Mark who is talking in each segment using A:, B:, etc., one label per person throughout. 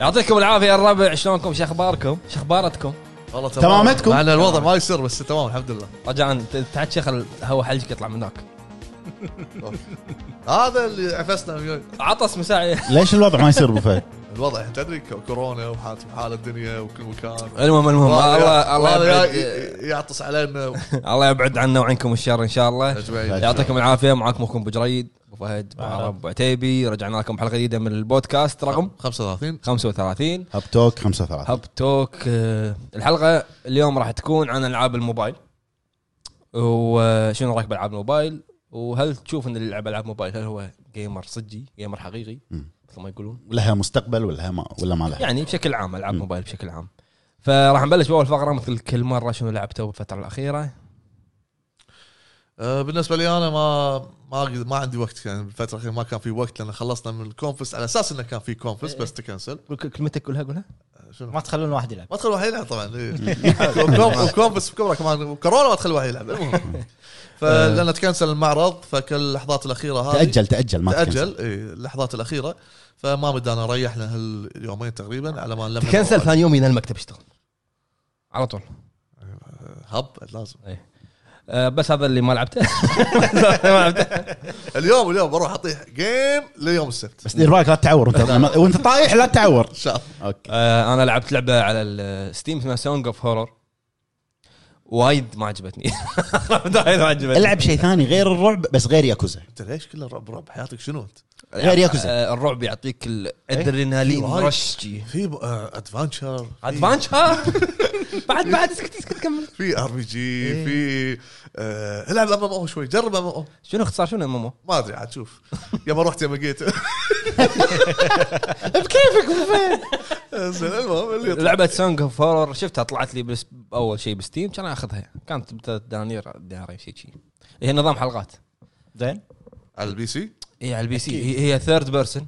A: يعطيكم العافيه يا الربع شلونكم شو اخباركم؟ شو اخبارتكم؟
B: والله تمام
C: تمامتكم؟
B: مع ان الوضع ما يصير بس تمام الحمد لله
A: رجاء تعال خل الهواء حلجك يطلع من هناك
B: هذا اللي عفسنا من
A: عطس مساعي
C: ليش الوضع ما يصير ابو فهد؟
B: الوضع تدري كو- كورونا وحالة حالة الدنيا وكل مكان
A: المهم المهم الله الله
B: يا-
A: يبعد
B: ي- يعطس علينا
A: الله يبعد عنا وعنكم الشر ان شاء الله
B: اجمعين
A: يعطيكم العافيه معاكم اخوكم ابو جريد ابو فهد ابو عرب ابو عتيبي رجعنا لكم حلقه جديده من البودكاست رقم
B: 35
A: 35
C: هاب توك 35
A: هاب توك آه، الحلقه اليوم راح تكون عن العاب الموبايل وشنو رايك بالعاب الموبايل وهل تشوف ان اللي يلعب العاب موبايل هل هو جيمر صجي جيمر حقيقي
C: مم.
A: مثل ما يقولون
C: لها مستقبل ولا ما ولا ما لها؟
A: يعني بشكل عام العاب
C: مم.
A: موبايل بشكل عام فراح نبلش باول فقره مثل كل مره شنو لعبته بالفتره الاخيره
B: آه، بالنسبه لي انا ما ما أقدر- ما عندي وقت يعني بالفتره الاخيره ما كان في وقت لان خلصنا من الكونفرنس على اساس انه كان في كونفرنس بس تكنسل
A: قول ك- كلمتك كلها قولها
B: آه، شنو
D: ما تخلون واحد يلعب
B: ما تخلي واحد يلعب طبعا كونفرنس بكبره كمان وكورونا ما تخلي واحد يلعب المهم. فلان تكنسل المعرض فكل اللحظات الاخيره هذه
C: تاجل تاجل ما تكنسل.
B: تاجل اي إيه، اللحظات الاخيره فما بدي انا اريحنا هاليومين تقريبا على ما نلم
A: كنسل ثاني يوم ينا المكتب يشتغل على طول
B: هب لازم
A: آه، بس هذا اللي ما لعبته ما لعبته
B: اليوم اليوم بروح اطيح جيم ليوم السبت
C: بس دير بالك لا تعور انت وانت طايح لا تعور
B: ان شاء الله
C: اوكي
A: آه، انا لعبت لعبه على الستيم اسمها سونج اوف هورر وايد ما عجبتني وايد ما عجبتني
C: العب شيء ثاني غير الرعب بس غير ياكوزا
B: انت ليش كله رعب رعب حياتك شنو انت؟
C: غير ياكوزا.
A: آه، الرعب يعطيك الادرينالين
B: وايد. إيه.
A: رش جي.
B: في آه، ادفانشر
A: ادفانش ها بعد بعد اسكت اسكت كمل
B: في ار بي
C: إيه.
B: جي في آه، العب ام ام او شوي جرب ام ام او
A: شنو اختصار شنو ماما
B: ما ادري عاد شوف يا ما رحت يا ما جيت
A: بكيفك
B: زين المهم اللي يطلع.
A: لعبه سونج اوف هورر شفتها طلعت لي بس اول شيء بستيم كان اخذها كانت بثلاث دنانير دينارين شيء شيء هي نظام حلقات
D: زين
B: على البي سي
A: هي إيه، على البي سي هي, هي ثيرد بيرسون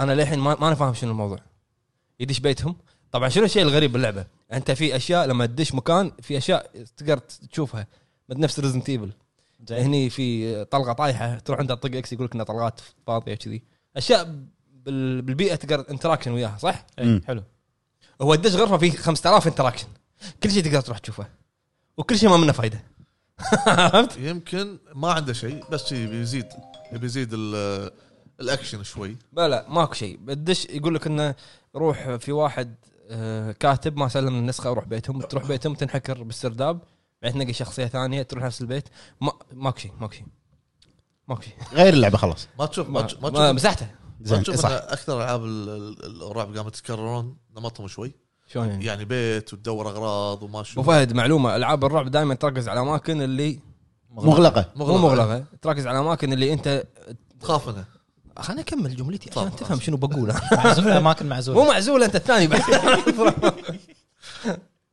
A: انا للحين ما, ما انا فاهم شنو الموضوع يدش بيتهم طبعا شنو الشيء الغريب باللعبه انت في اشياء لما تدش مكان في اشياء تقدر تشوفها نفس ريزنت ايفل
D: زين
A: هني في طلقه طايحه تروح عندها طق اكس يقول لك انها طلقات فاضيه كذي اشياء بال- بالبيئه تقدر انتراكشن وياها صح؟
C: مم.
D: إيه، حلو
A: هو تدش غرفه في 5000 انتراكشن كل شيء تقدر تروح تشوفه وكل شيء ما منه فايده عرفت؟
B: يمكن ما عنده شيء بس بيزيد بيزيد ال- الاكشن شوي
A: لا لا ماكو شيء بدش يقول لك انه روح في واحد آه، كاتب ما سلم النسخه روح بيتهم تروح بيتهم تنحكر بالسرداب بعدين تنقي شخصيه ثانيه تروح نفس البيت ما ماكو شيء ماكو شيء ماكو شيء
C: غير اللعبه خلاص
B: ما تشوف ما
A: ما-
B: تشوف ما
A: ما
B: تشوف
A: مسحته
C: زين
B: ما تشوف
C: صح
B: إن اكثر العاب ال- ال- الرعب قامت يتكررون نمطهم شوي
A: شلون يعني؟
B: يعني بيت وتدور اغراض وما
A: ابو
B: شو
A: فهد معلومه العاب الرعب دائما تركز على اماكن اللي
C: مغلقه
A: مو مغلقه تركز على اماكن اللي انت
B: تخاف منها
A: خليني اكمل جملتي عشان
B: طبعاً.
A: تفهم شنو بقول أنا.
D: معزول اماكن
A: مو
D: معزوله
A: معزول انت الثاني بعد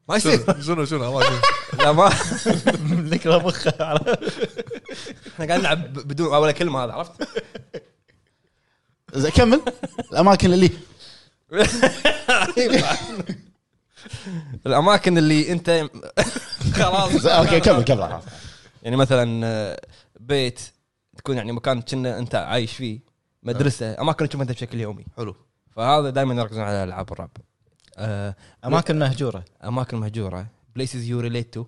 A: ما يصير
B: شنو- شنو شنو ما أدري.
A: لا ما
D: ذكرى مخه عرفت؟
A: احنا قاعد نلعب بدون ولا كلمه هذا عرفت
C: زين كمل الاماكن اللي
A: الاماكن اللي انت خلاص
C: زين، اوكي كمل كمل خلاص
A: يعني مثلا آه، بيت تكون يعني مكان كنا انت عايش فيه مدرسه اماكن تشوفها انت بشكل يومي
B: حلو
A: فهذا دائما يركزون على العاب الرعب آه،
D: اماكن مهجوره
A: اماكن مهجوره بليسز يو ريليت تو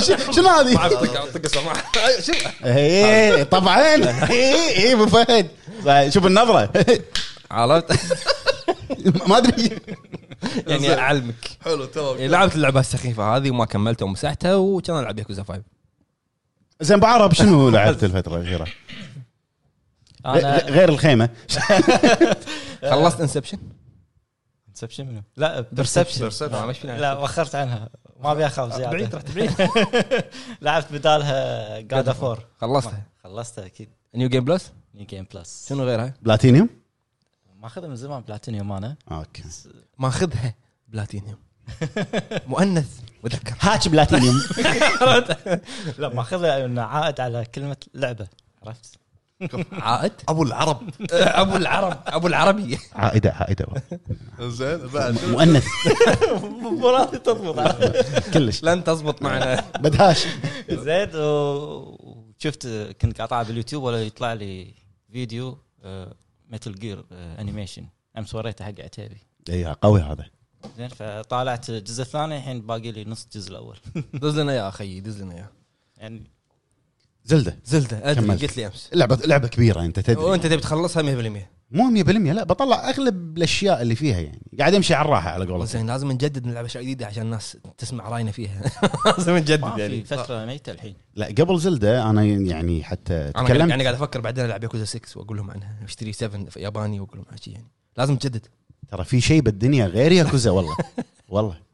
C: ش- شنو هذه؟ ايه طبعا ايه ايه ابو فهد زين، شوف النظره
A: عرفت
C: ما ادري
A: يعني اعلمك
B: حلو تمام
A: لعبت اللعبه السخيفه هذه وما كملتها ومسحتها وكان العب ياكوزا 5
C: زين ابو عرب شنو لعبت الفتره الاخيره؟ غ-
D: انا
C: غير الخيمه
A: خلصت انسبشن
D: انسبشن منو؟ لا برسبشن
B: Perception.
D: لا وخرت عنها ما ابي اخاف
A: أه، بعيد
D: زياده
A: رحت بعيد
D: لعبت بدالها جاد فور
A: خلصتها
D: خلصتها اكيد
A: نيو جيم بلس
D: نيو جيم بلس
A: شنو غيرها؟
C: بلاتينيوم؟ آه،
D: ماخذها من زمان بلاتينيوم انا
C: اوكي
A: ماخذها بلاتينيوم مؤنث مذكر
C: هاتش بلاتينيوم
D: لا ماخذها انه عائد على كلمه لعبه عرفت؟
A: عائد
B: ابو العرب
A: ابو العرب ابو العربي
C: عائده عائده
B: زين بعد شنو؟
C: مؤنث
D: مو راضي تضبط عرفت؟
C: كلش
A: لن تزبط معنا
C: بدهاش
D: زين و- وشفت كنت قاطعها باليوتيوب ولا يطلع لي فيديو آه، متل جير انيميشن امس وريته حق عتيبي
C: اي قوي هذا
D: زين فطالعت الجزء الثاني الحين باقي لي نص الجزء الاول
A: دز لنا اياه اخي دز لنا اياه
D: يعني
C: زلده
A: زلده ادري
C: كملت.
A: قلت لي امس
C: لعبه لعبه كبيره انت تدري
A: وانت تبي تخلصها 100%
C: مو 100% لا بطلع اغلب الاشياء اللي فيها يعني قاعد امشي على الراحه على قولتك
A: زين لازم نجدد نلعب اشياء جديده عشان الناس تسمع راينا فيها لازم نجدد
D: ما في
A: يعني
D: فتره ميته الحين
C: لا قبل زلده انا يعني حتى
A: انا قاعد-
C: تكلمت
A: يعني قاعد افكر بعدين العب ياكوزا 6 واقول لهم عنها اشتري 7 في ياباني واقول لهم شيء يعني لازم تجدد
C: ترى في شيء بالدنيا غير ياكوزا والله والله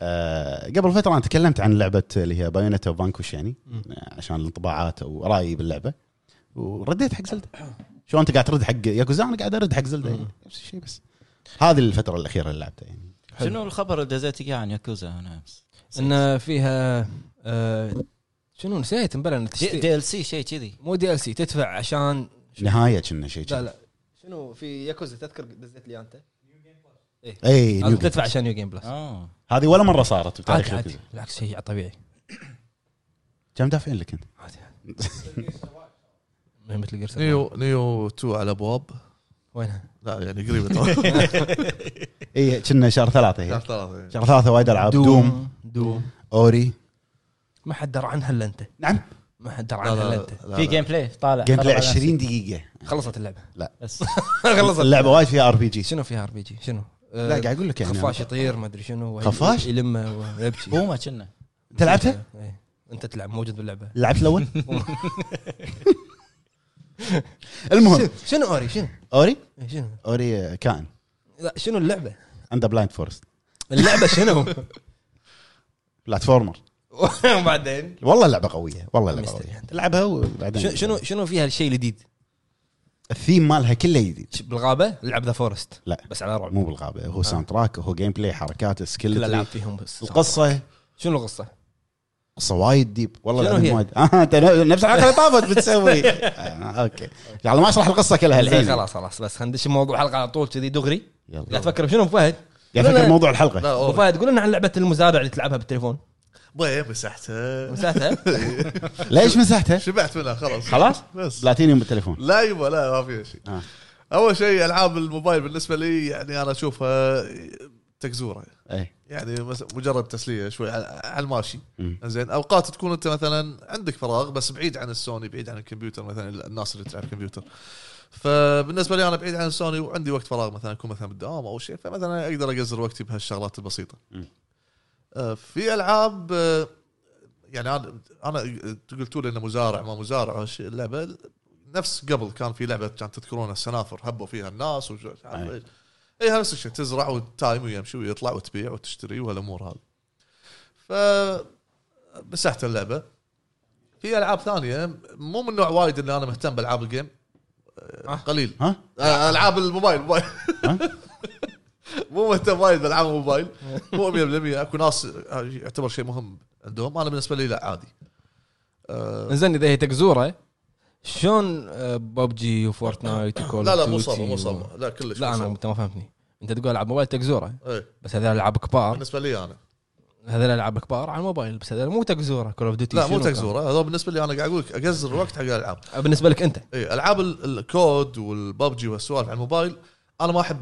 C: آه قبل فتره انا تكلمت عن لعبه اللي هي بايونيتا وفانكوش يعني
A: مم.
C: آه، عشان الانطباعات او رايي باللعبه ورديت حق زلده شو انت قاعد ترد حق ياكوزا انا قاعد ارد حق زلده يعني
A: مم.
C: نفس الشيء بس هذه الفتره الاخيره اللي لعبتها يعني
A: حلو.
D: شنو الخبر اللي دزيتك اياه عن ياكوزا انا امس؟
A: ان فيها آه، شنو نسيت مبلا إن تشتري-
D: دي ال سي شيء كذي
A: مو دي ال سي تدفع عشان
C: نهايه كنا شيء
A: لا لا شنو في ياكوزا تذكر دزيت لي
C: إيه،
A: انت
C: اي إيه، نيو
A: لازم
C: جيم.
A: تدفع عشان نيو جيم بلس
D: اه
C: هذه ولا مره صارت بتاريخ
A: عادي عادي
C: آه. ياكوزا
A: بالعكس شيء طبيعي
C: كم دافعين لك انت؟
A: عادي مثل جير سبعة.
C: إيوه.
B: نيو نيو 2 على ابواب
A: وينها؟
B: لا يعني قريبه ترى.
C: اي إيه، كنا شهر ثلاثه هي
B: شهر ثلاثة.
C: شهر ثلاثه وايد العاب دوم.
A: دوم
C: اوري
A: ما حد درى عنها الا انت
C: نعم
A: ما حد درى
B: لا،
A: عنها الا
B: لا،
A: انت
B: لا،
D: في
B: لا.
D: جيم بلاي طالع
C: جيم بلاي
D: طالع على
C: 20 دقيقه
A: خلصت اللعبه
D: بس
A: خلصت
C: اللعبه وايد فيها ار بي جي
A: شنو فيها ار بي جي شنو؟
C: لا قاعد اقول لك يعني
A: خفاش يطير ما ادري شنو
C: خفاش؟
A: يلمه ويبكي
D: بوما كنا
C: أنت لعبتها؟
A: إيه. انت تلعب موجود باللعبه
C: لعبت الاول؟ المهم
A: شنو اوري شنو؟
C: اوري
A: إيه، شنو؟
C: اوري كائن
A: لا شنو اللعبه؟
C: عنده بلايند فورست
A: اللعبه شنو؟
C: بلاتفورمر
A: وبعدين
C: والله لعبه قويه والله لعبه
A: ميستري
C: قويه
A: أنت.
C: العبها وبعدين
A: شنو- شنو شنو فيها الشيء الجديد؟
C: الثيم مالها كله جديد
A: ش- بالغابه لعب ذا فورست
C: لا.
A: بس على رعب آه.
C: مو بالغابه هو ساوند تراك هو جيم بلاي حركات
A: كل الالعاب
C: سكيل
A: فيهم بس
C: القصه
A: شنو القصه؟
C: قصه وايد ديب والله
A: شنو
C: العظيم
A: هي؟
C: وايد آه، انت نفس الحلقه اللي طافت بتسوي آه، اوكي يعني ما اشرح القصه كلها
A: الحين
C: الحين
A: خلاص خلاص بس خلينا ندش موضوع الحلقه على طول كذي دغري
C: يلا
A: قاعد تفكر بشنو أبو فهد؟
C: قاعد افكر
A: لا.
C: موضوع الحلقه
B: لا
A: أبو
B: أوه.
A: فهد قول لنا عن لعبه المزارع اللي تلعبها بالتليفون
B: ضيع مسحته
A: مساحتها
C: ليش مسحته؟
B: شبعت منها خلاص
C: خلاص؟
B: بس
C: بلاتينيوم بالتليفون
B: لا يبا لا ما فيها شيء
C: آه.
B: اول شيء العاب الموبايل بالنسبه لي يعني انا اشوفها تكزوره
C: اي
B: يعني مس- مجرد تسليه شوي على على الماشي
C: مم.
B: زين اوقات تكون انت مثلا عندك فراغ بس بعيد عن السوني بعيد عن الكمبيوتر مثلا الناس اللي تلعب كمبيوتر فبالنسبه لي انا بعيد عن السوني وعندي وقت فراغ مثلا اكون مثلا بالدوام او شيء فمثلا اقدر اقزر وقتي بهالشغلات البسيطه.
C: مم.
B: آه، في العاب آه، يعني انا انا قلتوا لي انه مزارع ما مزارع وهالشيء، اللعبه نفس قبل كان في لعبه كانت تذكرونها السنافر هبوا فيها الناس وش
C: أي.
B: اي إيه، هذا نفس الشيء تزرع وتايم ويمشي ويطلع وتبيع وتشتري وهالامور هذه. ف مسحت اللعبه في العاب ثانيه مو من نوع وايد ان انا مهتم بالعاب الجيم آه،
A: آه.
B: قليل
C: ها؟
B: آه، العاب الموبايل موبايل
C: ها؟
B: مو مهتم وايد بالعاب الموبايل مو 100% اكو ناس آه، يعتبر شيء مهم عندهم انا بالنسبه لي لا عادي آه،
A: زين اذا هي تكزوره شلون آه، ببجي وفورتنايت وكول
B: لا لا
A: أوف
B: مو
A: ديوتي
B: صعبه مو
A: و-
B: صعبه لا كلش
A: لا
B: مو
A: انا
B: صعبة.
A: انت ما فهمتني انت تقول العب موبايل تكزوره
B: إيه،
A: بس هذول العاب كبار
B: بالنسبه لي انا
A: هذول العاب كبار على الموبايل بس هذول مو تكزوره كول اوف ديوتي
B: لا مو تكزوره هذا بالنسبه لي انا قاعد اقول لك اقزر وقت حق الالعاب
A: بالنسبه آه، لك انت
B: اي العاب إيه، ال- الكود والببجي والسوالف على الموبايل انا ما احب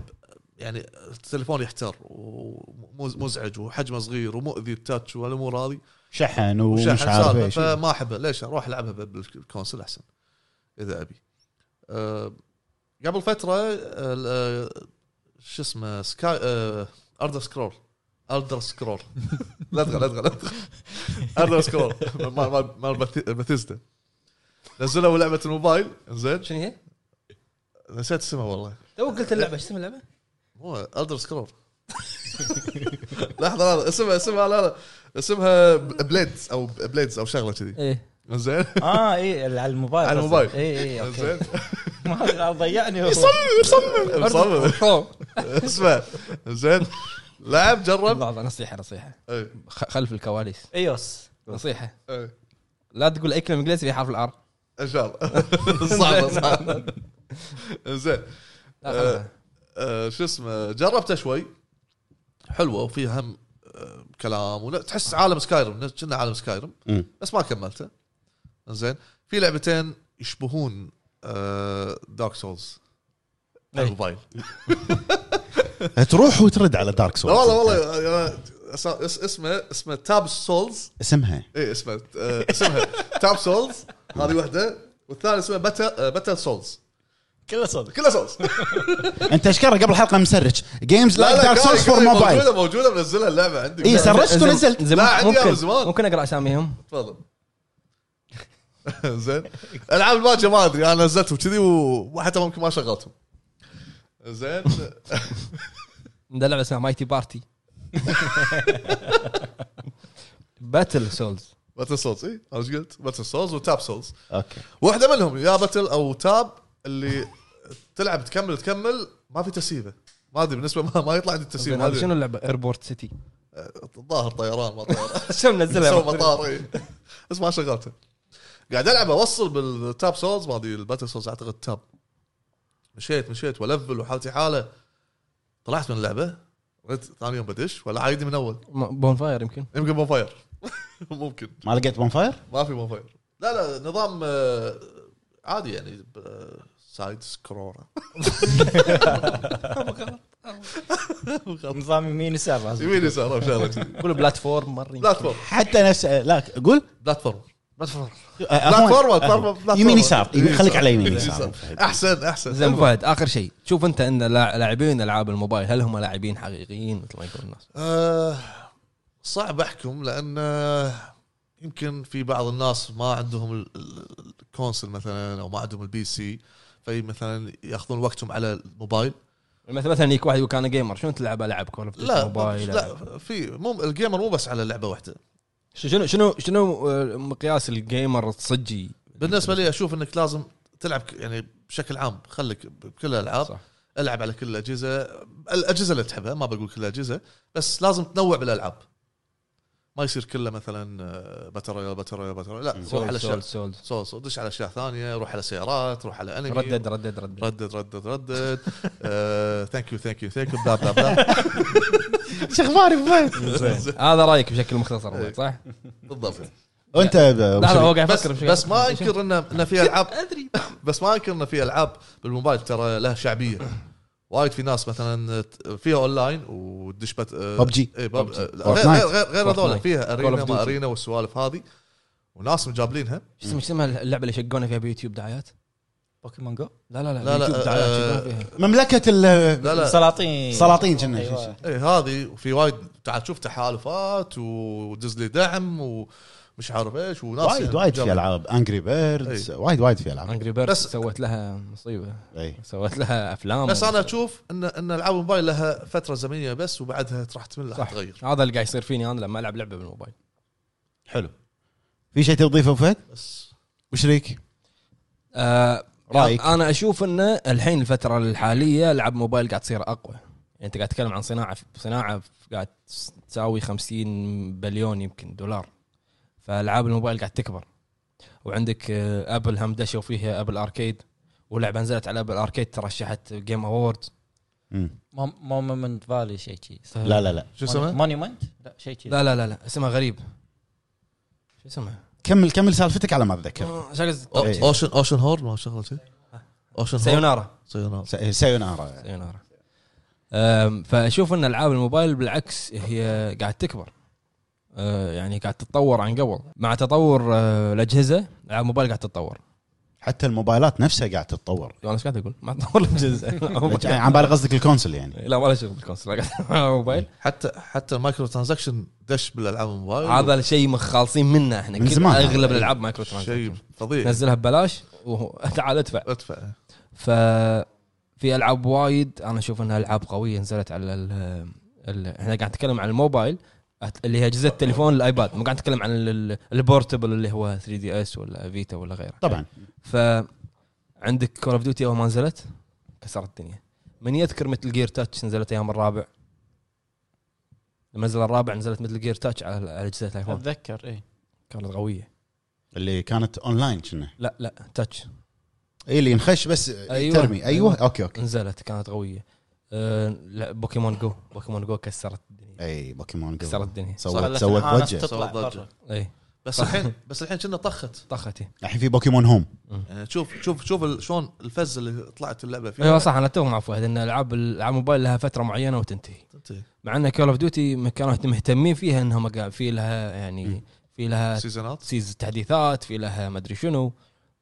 B: يعني التليفون يحتر ومزعج وحجمه صغير ومؤذي التاتش والامور هذه
C: شحن ومش
B: وشاحن
C: عارف
B: سالفه
C: ايش
B: فما احبها ليش اروح العبها بالكونسل احسن اذا ابي أه قبل فتره ال- آه، شو اسمه سكاي أه، اردر سكرول اردر سكرول لا ادخل لا ادخل اردر سكرول مال مال- مال باتيستا نزلوا لعبه الموبايل زين
A: شنو هي؟
B: نسيت اسمها والله
A: تو قلت اللعبه ايش اسم اللعبه؟
B: مو اردر سكرول لحظه لحظه اسمها اسمها لا لا اسمها بليدز او بليدز او شغله كذي
A: ايه
B: زين
D: اه اي على الموبايل
B: على الموبايل.
D: اي اي اوكي
B: زين
D: ما ضيعني هو.
B: مصمم مصمم اسمع زين لعب جرب
A: لحظه نصيحه نصيحه
B: إيه،
A: خ- خلف الكواليس
D: ايوس
A: نصيحه
B: إيه،
A: لا تقول اي كلمه انجليزي في حرف الار
B: ان شاء الله صعبه صعبه زين آه، آه، شو اسمه جربته شوي حلوه وفيها هم آه، كلام ولا تحس عالم سكايرم كنا عالم سكايرم
C: مم.
B: بس ما كملته آه، زين في لعبتين يشبهون دارك سولز على الموبايل
C: تروح وترد على دارك
B: لا
C: سولز
B: والله والله أنا أس- اس- اسمه اسمه تاب سولز
C: اسمها
B: اي اسمه آه، اسمها تاب سولز هذه واحده والثانيه اسمها باتل باتل سولز
D: كله صدق
B: كلها سولز
C: انت اشكره قبل حلقه مسرج جيمز لايك دارك
B: قاعد-
C: سولز فور
B: قاعد-
C: موبايل
B: موجوده موجوده منزلها اللعبه عندي
C: اي سرجت
A: زين-
C: ونزلت
A: زين،
B: لا، عندي
A: ممكن-
B: أول زمان.
A: ممكن اقرا اساميهم
B: تفضل زين العاب الباجه ما ادري انا نزلتهم كذي وحتى ممكن ما شغلتهم زين
A: ده لعبه اسمها مايتي بارتي باتل سولز
B: باتل سولز اي انا ايش إيه، قلت؟ باتل سولز وتاب سولز
C: اوكي
B: واحده منهم يا باتل او تاب اللي تلعب تكمل تكمل ما في تسييفه ما ادري بالنسبه ما, ما يطلع عندي التسييف ما
A: شنو
B: ادري
A: اللعبه ايربورت سيتي
B: الظاهر طيران ما طيران
A: شنو
B: سوى
A: منزلها
B: مطار إي. بس ما شغلته قاعد العب اوصل بالتاب سولز ما ادري الباتل سولز اعتقد تاب مشيت مشيت والفل وحالتي حاله طلعت من اللعبه رد ثاني يوم بدش ولا عايد من اول
A: بون فاير يمكن
B: يمكن بون فاير ممكن
C: ما لقيت بونفاير؟
B: ما في بون فاير لا لا نظام آه، عادي يعني آه، سايد سكرول
D: نظام يمين يسار لازم
B: يمين يسار أو شغله كذي.
A: قول بلاتفورم مره يمكن.
B: بلاتفورم
C: حتى نفس لا قول
B: بلاتفورم بلاتفورم
C: آه، عفواً.
B: بلاتفورم
C: آه،
B: بلاتفورم.
C: يمين يسار يمين- خليك على يمين
B: يمين
C: يسار
B: احسن احسن
A: زين ابو فهد اخر شيء شوف انت ان لا- لاعبين العاب الموبايل هل هم لاعبين حقيقيين مثل ما يقول الناس
B: آه، صعب احكم لان آه، يمكن في بعض الناس ما عندهم ال- ال- الكونسل مثلا او ما عندهم البي سي في مثلا ياخذون وقتهم على الموبايل
A: مثلا مثلا يجيك واحد يقول انا جيمر شنو تلعب العاب كول اوف
B: لا
A: موبايل
B: لا في مو الجيمر مو بس على لعبه واحده
A: شنو شنو شنو آه، مقياس الجيمر الصجي
B: بالنسبه لي اشوف انك لازم تلعب ك- يعني بشكل عام خليك بكل الالعاب
A: صح.
B: العب على كل الاجهزه الاجهزه اللي تحبها ما بقول كل الاجهزه بس لازم تنوع بالالعاب ما يصير كله مثلا آه، باتل رويال باتل رويال باتل رويال لا روح
A: سولز
B: على الشغل
A: سولز سولز
B: صوص دش على اشياء ثانيه روح على سيارات روح على انمي
A: ردد ردد ردد
B: ردد ردد ردد آه، ثانك يو ثانك يو ثانك يو بلا بلا بلا
C: شو اخبارك أبو فهد؟
A: زين. هذا رايك بشكل مختصر
B: إيه.
A: والله، صح؟
B: بالضبط
C: وانت ب-
A: لحظه هو قاعد
B: بس
A: يفكر بشكل-
B: بس ما انكر ان ان في العاب
A: ادري
B: بس ما انكر ان في العاب بالموبايل ترى لها شعبيه وايد في ناس مثلا فيها اونلاين وتدش بت...
C: PUBG.
B: إيه، باب-
A: PUBG.
B: غير غير- غير غير هذول
A: Fortnite.
B: فيها
A: Call
B: ارينا
A: of
B: ما
A: Duty.
B: ارينا والسوالف هذه وناس مجابلينها
A: شو اسمها- شو اسمها اللعبه اللي شقونا فيها بيوتيوب دعايات؟
D: بوكيمون جو
A: لا لا لا
B: لا، لا،
A: يوتيوب دعايات
B: آه،
A: شقونا فيها.
C: مملكه ال
B: لا لا
D: سلاطين
C: سلاطين كنا.
D: أيوة.
B: اي إيه، هذه وفي وايد تعال شوف تحالفات ودز لي دعم ومش عارف ايش وناس
C: وايد
B: يعني
C: وايد في
B: جابوا.
C: العاب انجري بيردز وايد وايد في إيه. العاب
A: انجري بيرد
B: بس-
A: سوت لها مصيبه
C: اي
A: سوت لها افلام
B: بس انا اشوف ان ان العاب الموبايل لها فتره زمنيه بس وبعدها راح تمل راح
A: صح
B: تغير
A: هذا اللي قاعد يصير فيني انا لما العب لعبه بالموبايل
C: حلو في شيء تضيفه أبو فهد؟
B: بس
C: وش ريك؟
A: آه
C: رأيك؟
A: انا اشوف انه الحين الفتره الحاليه العاب موبايل قاعد تصير اقوى يعني انت قاعد تتكلم عن صناعه صناعه قاعد تساوي 50 بليون يمكن دولار فالعاب الموبايل قاعد تكبر وعندك آه، ابل هم دشوا فيها ابل اركيد ولعبه نزلت على ابل اركيد ترشحت جيم اوورد
C: مم.
D: مو- مومنت فالي شيء شي
C: لا لا لا
B: شو اسمه؟
D: مونيمنت لا شيء شي
A: لا لا لا لا اسمها غريب شو اسمها؟
C: كمل كمل سالفتك على ما اتذكر
A: آه، شكل-
B: أو-
C: إيه.
B: اوشن اوشن هورن ما شغله شيء اوشن هورن
A: سيونارا
B: سيونار
C: س- سايونارا
A: سيونارا أم، فاشوف ان العاب الموبايل بالعكس هي قاعد تكبر أه، يعني قاعد تتطور عن قبل مع تطور أه، الاجهزه العاب الموبايل قاعد تتطور
C: حتى الموبايلات نفسها قاعد تتطور
A: انا ايش قاعد اقول؟ ما تطور
C: لج-
A: الاجهزه
C: عن بالي قصدك الكونسل يعني
A: لا ما له شغل بالكونسول أنا قاعد ألعب موبايل
B: حتى حتى المايكرو ترانزكشن دش بالالعاب الموبايل
A: هذا الشيء مخالصين منه احنا
C: من
A: كل-
C: زمان.
A: اغلب الالعاب مايكرو
B: شيء
A: ترانزاكشن
B: فظيع
A: نزلها ببلاش وتعال ادفع
B: ادفع
A: ف في العاب وايد انا اشوف انها العاب قويه نزلت على ال ال احنا قاعد نتكلم عن الموبايل أت- اللي هي اجهزه التليفون الايباد مو قاعد نتكلم عن ال- ال- البورتبل اللي هو 3 دي اس ولا فيتا ولا غيره
C: طبعا
A: ف عندك كول اوف ديوتي اول ما نزلت كسرت الدنيا من يذكر مثل جير تاتش نزلت ايام الرابع لما نزل الرابع نزلت مثل جير تاتش على على اجهزه الايفون
D: اتذكر اي
A: كانت قويه
C: اللي كانت اونلاين كنا
A: لا لا تاتش
C: اي اللي نخش بس
A: أيوة.
C: ترمي ايوه اوكي اوكي
A: نزلت كانت قويه أه لا، بوكيمون جو بوكيمون جو كسرت الدنيا
C: اي بوكيمون جو
A: كسرت الدنيا إيه،
C: سوت سوت وجه
B: تطلع
D: تطلع
B: برا.
D: برا
A: اي
B: بس الحين بس الحين كنا طخت
A: طختي
C: الحين في بوكيمون هوم
B: يعني شوف شوف شوف ال- شلون الفز اللي طلعت اللعبه فيه
A: ايوه صح انا تو مع فهد ان العاب العاب موبايل لها فتره معينه وتنتهي
B: انتهي.
A: مع ان كول اوف ديوتي كانوا مهتمين فيها انهم قا- في لها يعني في لها
B: سيزونات
A: سيز تحديثات في لها ما ادري شنو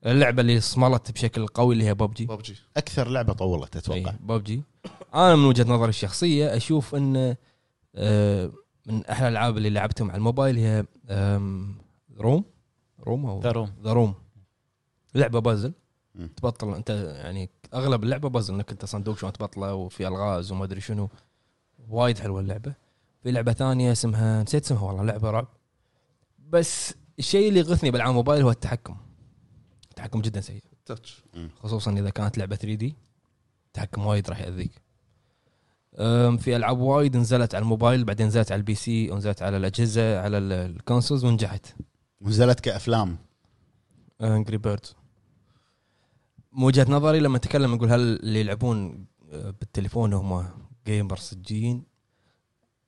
A: اللعبه اللي صملت بشكل قوي اللي هي ببجي إيه،
B: ببجي
C: اكثر لعبه طولت اتوقع
A: ببجي انا من وجهه نظري الشخصيه اشوف ان آه، من احلى الالعاب اللي لعبتهم على الموبايل هي آم، روم روم او
D: داروم
A: ذا روم لعبه بازل
C: مم.
A: تبطل انت يعني اغلب اللعبه بازل انك انت صندوق شلون تبطله وفي الغاز وما ادري شنو وايد حلوه اللعبه في لعبه ثانيه اسمها نسيت اسمها والله لعبه رعب بس الشيء اللي يغثني بالعاب موبايل هو التحكم التحكم جدا سيء
B: تاتش
A: خصوصا اذا كانت لعبه 3 دي تحكم وايد راح ياذيك أم، في العاب وايد نزلت على الموبايل بعدين نزلت على البي سي ونزلت على الاجهزه على ال- الكونسولز ونجحت
C: نزلت كافلام
A: انجري بيردز من وجهه نظري لما نتكلم نقول هل اللي يلعبون آه، بالتليفون هم جيمر صجيين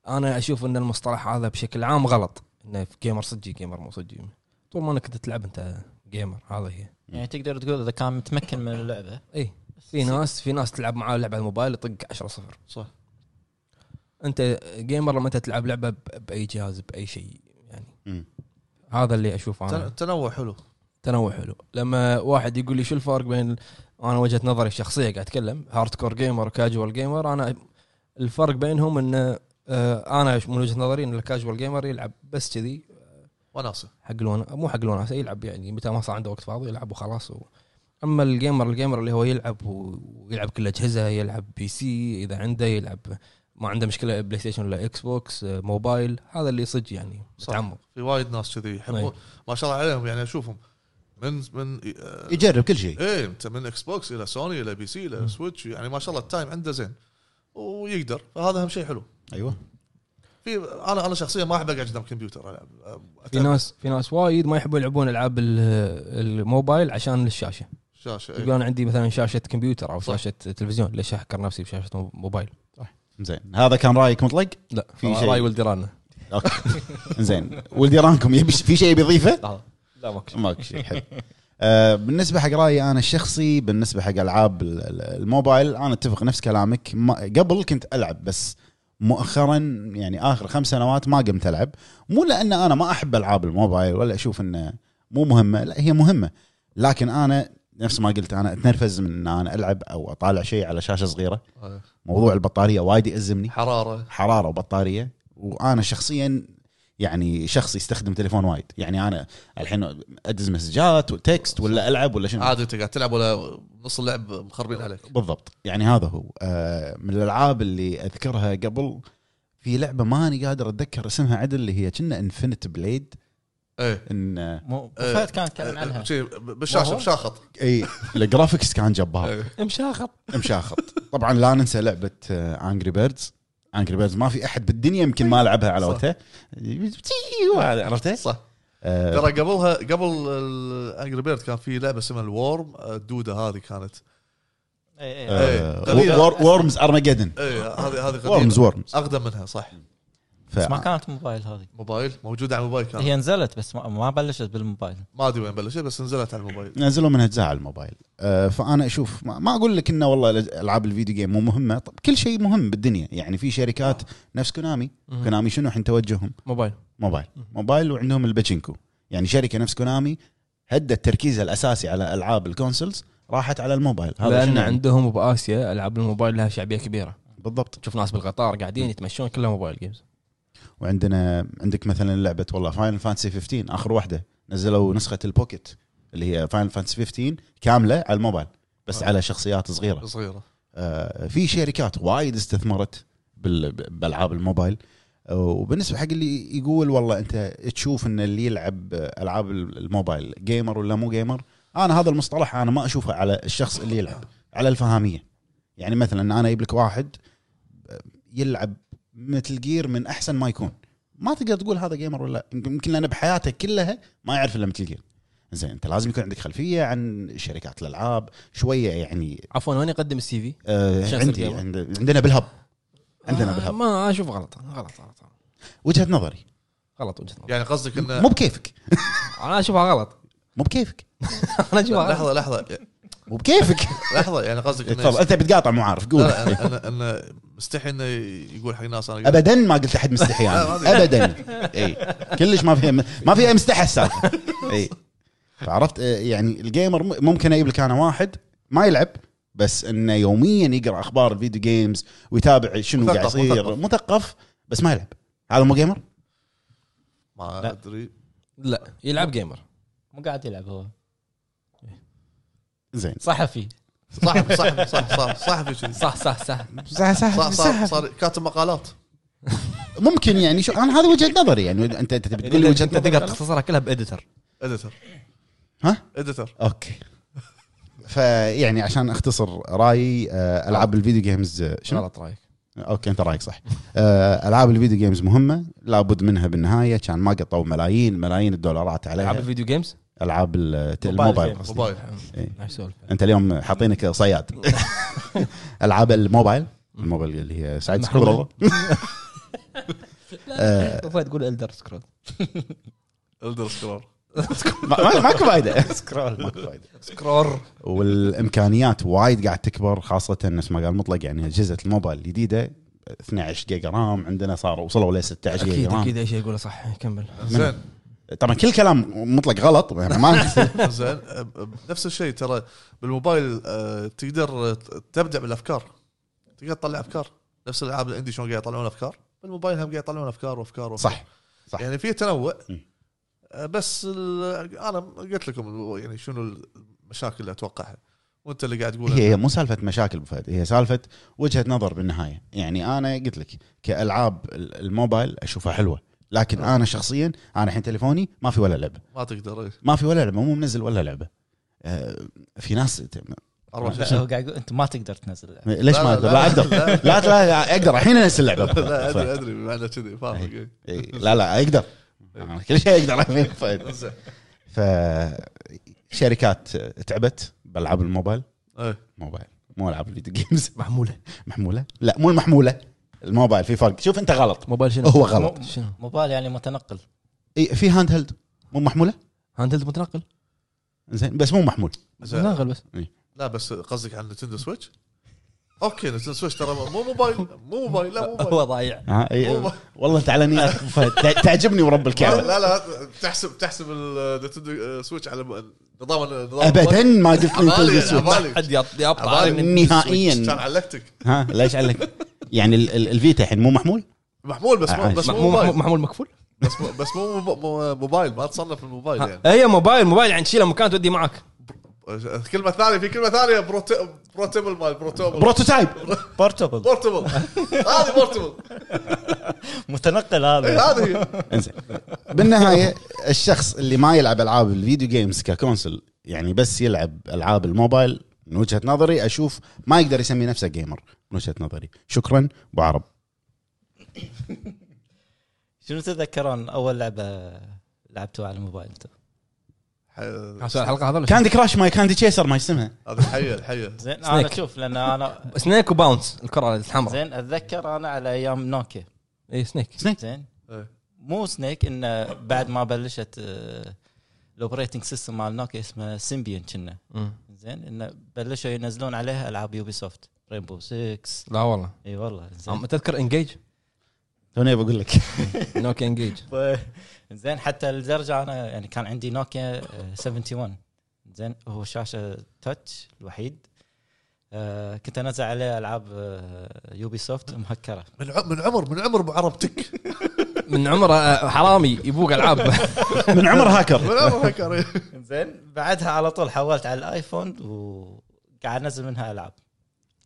A: انا اشوف ان المصطلح هذا بشكل عام غلط انه في جيمر صجي جيمر مو صجي طول ما انك كنت تلعب انت جيمر هذا هي
D: يعني تقدر تقول اذا كان متمكن من اللعبه
A: اي في ناس في ناس تلعب معاه لعبه على الموبايل يطق 10 صفر
B: صح
A: انت جيمر لما انت تلعب لعبه ب- باي جهاز باي شيء يعني
C: مم.
A: هذا اللي اشوفه انا
B: تن- تنوع حلو
A: تنوع حلو لما واحد يقول لي شو الفرق بين ال- انا وجهه نظري الشخصيه قاعد اتكلم هارد كور جيمر وكاجوال جيمر انا الفرق بينهم ان آه، انا من وجهه نظري ان الكاجوال جيمر يلعب بس كذي
B: وناسه
A: حق الون مو حق الوناس يلعب يعني متى ما صار عنده وقت فاضي يلعب وخلاص و... اما الجيمر الجيمر اللي هو يلعب و... ويلعب كل الاجهزه يلعب بي سي اذا عنده يلعب ما عنده مشكله بلاي ستيشن ولا اكس بوكس آه، موبايل هذا اللي صدق يعني
B: صح.
A: متعمق
B: في وايد ناس كذي يحبون ما شاء الله عليهم يعني اشوفهم من من آه،
C: يجرب كل شيء
B: ايه انت من اكس بوكس الى سوني الى بي سي الى سويتش يعني ما شاء الله التايم عنده زين ويقدر فهذا اهم شيء حلو
C: ايوه
B: في انا انا شخصيا ما احب اقعد قدام كمبيوتر العب
A: في ناس في ناس وايد ما يحبون يلعبون العاب ال- الموبايل عشان الشاشه
B: شاشه إيه.
A: يقولون عندي مثلا شاشه كمبيوتر او
B: صح.
A: شاشه تلفزيون ليش احكر نفسي بشاشه مو- موبايل
C: زين هذا كان رايك مطلق
A: لا
C: في
A: في
C: شيء.
A: شيء راي ولد رانا
C: اوكي زين ولديرانكم يبي في شيء بيضيفه
A: لا ماكو شيء.
C: ماكو شيء حلو آه، بالنسبه حق رايي انا الشخصي بالنسبه حق العاب ال- ال- الموبايل انا اتفق نفس كلامك ما قبل كنت العب بس مؤخرا يعني اخر خمس سنوات ما قمت العب مو لان انا ما احب العاب الموبايل ولا اشوف انه مو مهمه لا هي مهمه لكن انا نفس ما قلت انا اتنرفز من ان انا العب او اطالع شيء على شاشه صغيره
B: إيه.
C: موضوع البطاريه وايد يازمني
B: حراره
C: حراره وبطاريه وانا شخصيا يعني شخص يستخدم تليفون وايد يعني انا الحين ادز مسجات وتكست ولا العب ولا شنو
B: عادي انت قاعد تلعب ولا نص اللعب مخربين عليك
C: بالضبط يعني هذا هو آه، من الالعاب اللي اذكرها قبل في لعبه ماني قادر اتذكر اسمها عدل اللي هي كنا انفنت بليد
B: ايه
C: ان آه،
D: مو
A: أه،
B: إيه.
D: فهد كان يتكلم عنها
B: شي بالشاشه
D: وهو؟
B: بشاخط
C: اي الجرافكس كان جبار
B: إيه.
A: مشاخب
C: مشاخط طبعا لا ننسى آه، لعبه انجري بيردز انجري بيردز ما في احد بالدنيا يمكن ما لعبها على
B: صح.
C: وقتها عرفته؟
B: صح
C: آه،
B: ترى قبلها قبل الانجري بيرد كان في لعبه اسمها الورم الدوده هذه كانت
D: إيه،
A: أه،
D: إيه.
B: إيه. قديمة.
C: آه، وورمز ارمجدن
B: ايه هذه هذه
C: وورمز
B: قديمه
C: وورمز
B: اقدم منها صح
C: ف...
D: بس ما كانت موبايل هذه
B: موبايل موجوده على الموبايل
A: نعم.
B: كانت
D: هي نزلت بس ما- ما بلشت بالموبايل
B: ما ادري وين بلشت بس نزلت على الموبايل
C: نزلوا منها اجزاء على الموبايل أه فانا اشوف ما, ما اقول لك انه والله الأج- العاب الفيديو جيم مو مهمه طب كل شيء مهم بالدنيا يعني في شركات نفس كونامي كونامي شنو الحين توجههم
A: موبايل
C: موبايل
A: مم.
C: موبايل وعندهم الباتشينكو يعني شركه نفس كونامي هدت تركيزها الاساسي على العاب الكونسولز راحت على الموبايل هذا
A: لان
C: شنو يعني؟ عندهم
A: عندهم باسيا العاب الموبايل لها شعبيه كبيره
C: بالضبط
A: تشوف ناس بالقطار قاعدين يتمشون كلها موبايل جيمز
C: وعندنا عندك مثلا لعبه والله فاينل فانتسي 15 اخر واحده نزلوا نسخه البوكيت اللي هي فاينل فانتسي 15 كامله على الموبايل بس
B: آه.
C: على شخصيات صغيره
B: صغيره
C: آه، في شركات وايد استثمرت بال- بالالعاب الموبايل آه، وبالنسبه حق اللي يقول والله انت تشوف ان اللي يلعب آه، العاب الموبايل جيمر ولا مو جيمر انا هذا المصطلح انا ما اشوفه على الشخص اللي يلعب على الفهاميه يعني مثلا انا اجيب لك واحد آه، يلعب مثل جير من احسن ما يكون ما تقدر تقول هذا جيمر ولا لا. يمكن يمكن لان بحياته كلها ما يعرف الا مثل جير زين انت لازم يكون عندك خلفيه عن شركات الالعاب شويه يعني
A: عفوا وين يقدم السي في؟
C: آه
A: شخص
C: عندي
A: الجيمر.
C: عند- عندنا بالهب عندنا
A: آه،
C: بالهب
A: ما اشوف غلط غلط غلط
C: وجهه نظري
A: غلط وجهه نظري
B: يعني قصدك انه
C: مو بكيفك
A: انا اشوفها غلط
C: مو بكيفك
A: انا اشوفها غلط
B: لحظه لحظه
C: مو بكيفك
B: لحظه يعني قصدك
C: تفضل
B: انه
C: انت بتقاطع مو عارف قول
B: لا لا، أنا- أنا- أنا مستحي انه يقول حق ناس انا
C: ابدا ما قلت احد مستحي انا ابدا اي كلش ما فيها ما فيها مستحى السالفه اي إيه. فعرفت آه، يعني الجيمر م- ممكن اجيب لك انا واحد ما يلعب بس انه يوميا يقرا اخبار الفيديو جيمز ويتابع شنو قاعد
B: مثقف،
C: يصير
B: مثقف.
C: مثقف بس ما يلعب هذا مو جيمر
B: ما
D: لا.
B: ادري
A: لا يلعب جيمر
D: مو قاعد يلعب هو
C: زين
D: صحفي
B: صاحب صاحب صاحب صاحب صاحب كذي
A: صح صح صح
C: صح
B: صار
C: صح
B: صار
C: صح
B: صار كاتب مقالات
C: ممكن يعني شو انا هذه وجهه نظري يعني انت انت تبي تقول لي وجهه
A: انت تقدر
C: نظري
A: تختصرها كلها باديتر
B: اديتر
C: ها؟
B: اديتر
C: اوكي فيعني عشان اختصر رايي آه، العاب الفيديو جيمز آه، شنو
A: غلط رايك
C: اوكي انت رايك صح آه، العاب الفيديو جيمز مهمه لابد منها بالنهايه كان ما قطعوا ملايين ملايين الدولارات
A: العاب
C: عليها
A: الفيديو جيمز
C: العاب ال-
D: موبايل
C: الموبايل
D: جيم.
C: قصدي
B: موبايل
C: إيه.
A: ايش سولف
C: انت اليوم حاطينك صياد العاب الموبايل الموبايل اللي هي سعيد سكرول آه،
A: المفروض تقول الدر سكرول
B: الدر سكرول
C: ما- ما- ماكو فايده
D: سكرول
C: ماكو فايده
A: سكرول
C: والامكانيات وايد قاعد تكبر خاصه نفس ما قال مطلق يعني اجهزه الموبايل الجديده 12 جيجا رام عندنا صاروا وصلوا ل 16 جيجا
A: اكيد
C: رام
A: اكيد اي شيء يقوله صح كمل
B: زين
C: طبعا كل كلام مطلق غلط يعني ما
B: زين أب- أب- نفس الشيء ترى بالموبايل آه، تقدر آه، تبدع بالافكار تقدر تطلع افكار نفس الالعاب الاندي شلون قاعد يطلعون افكار بالموبايل هم قاعد يطلعون افكار وافكار وأفكار.
C: صح صح.
B: يعني في تنوع
C: مم.
B: آه، بس ال- انا قلت لكم يعني شنو المشاكل اللي اتوقعها وانت اللي قاعد
C: هي
B: تقول
C: هي مو سالفه مشاكل ابو فهد هي سالفه وجهه نظر بالنهايه يعني انا قلت لك كالعاب ال- الموبايل اشوفها حلوه لكن انا شخصيا انا الحين تليفوني ما في ولا لعبه
B: ما تقدر إيه.
C: ما في ولا لعبه مو منزل ولا لعبه آه، في ناس ت-
B: أربعة
D: لا، هو قاعد يقول انت ما تقدر تنزل
C: ليش ما
B: لا،
C: اقدر
B: لا،
C: لا
B: لا،
C: اقدر
B: لا.
C: لا لا اقدر الحين انزل لعبه أبو
B: لا
C: فهد.
B: ادري ادري بمعنى كذي فاهمك إيه.
C: إيه، لا لا اقدر أنا كل شيء اقدر الحين أبو فهد.
B: زين
C: ف شركات تعبت بالعاب الموبايل
B: إيه.
C: موبايل مو العاب الفيديو جيمز
A: محموله
C: محموله لا مو المحموله الموبايل في فرق شوف انت غلط
A: موبايل شنو
C: هو غلط.
A: شنو
D: موبايل يعني متنقل
C: اي إيه، في هاند هيلد مو محموله
A: هاندلد متنقل
C: زين بس مو محمول
B: زين
A: متنقل بس
B: لا بس قصدك على نتندو سويتش؟ اوكي نتندو سويتش ترى مو موبايل مو موبايل لا مو موبايل
A: هو ضايع
C: ها
B: مو-
C: اي والله انت على نياتك أبو فهد. تع- تعجبني ورب الكعبه
B: لا لا تحسب تحسب النتندو سويتش uh, على م- نظام نظام
C: ابدا ما قلت نينتندو
B: عبالي
C: سويتش.
B: عبالي
A: حد يط- يقطع
B: عبالي.
A: علي
B: كان
C: نهائيا
B: علقتك
C: ها ليش علك يعني ال- ال- الفيتا الحين مو محمول
B: محمول بس مو
C: عايش.
B: بس آه، مو
A: محمول
B: موبايل
A: محمول مكفول
B: بس مو بس مو مو- مو- موبايل ما تصنف الموبايل يعني
A: هي موبايل موبايل يعني تشيله مكان تودي معك
B: كلمه ثانيه في كلمه ثانيه بروت- بروتبل مال بروتبل
C: بروتوتايب
D: بورتبل
B: بورتبل هذه بورتبل
D: متنقل
B: إيه،
D: هذا
B: هذه هي.
C: انزين بالنهايه الشخص اللي ما يلعب العاب الفيديو جيمز ككونسل يعني بس يلعب العاب الموبايل من وجهه نظري اشوف ما يقدر يسمي نفسه جيمر من وجهه نظري شكرا ابو عرب
D: شنو تتذكرون اول لعبه لعبتوها على الموبايل انت
B: ح-
A: سؤال الحلقه هذا ولا شنو؟
C: كاندي كراش ماي كاندي تشيسر ما يسمها
B: هذه الحيه الحيه
A: سنيك.
D: زين انا شوف لان انا
A: سنيك وباونس الكره الحمراء
D: زين اتذكر انا على ايام نوكيا
A: اي سنيك
D: زين
B: إيه.
D: مو سنيك انه بعد ما بلشت الاوبريتنج سيستم مال نوكيا اسمه سيمبيون كنا
A: مم.
D: زين انه بلشوا ينزلون عليها العاب يوبي سوفت رينبو 6
A: لا والله
D: اي والله زين
A: عم تذكر انجيج
C: توني بقول لك
A: نوكيا انجيج
D: ف- زين حتى لدرجه انا يعني كان عندي نوكيا آه، 71 زين هو شاشه تاتش الوحيد آه، كنت انزل عليه العاب يوبي سوفت مهكره
B: من ع- من عمر من عمر بعربتك
A: من عمره آه، حرامي يبوق العاب
C: من عمر هاكر
B: من عمر هكر
D: زين بعدها على طول حولت على الايفون وقاعد انزل منها العاب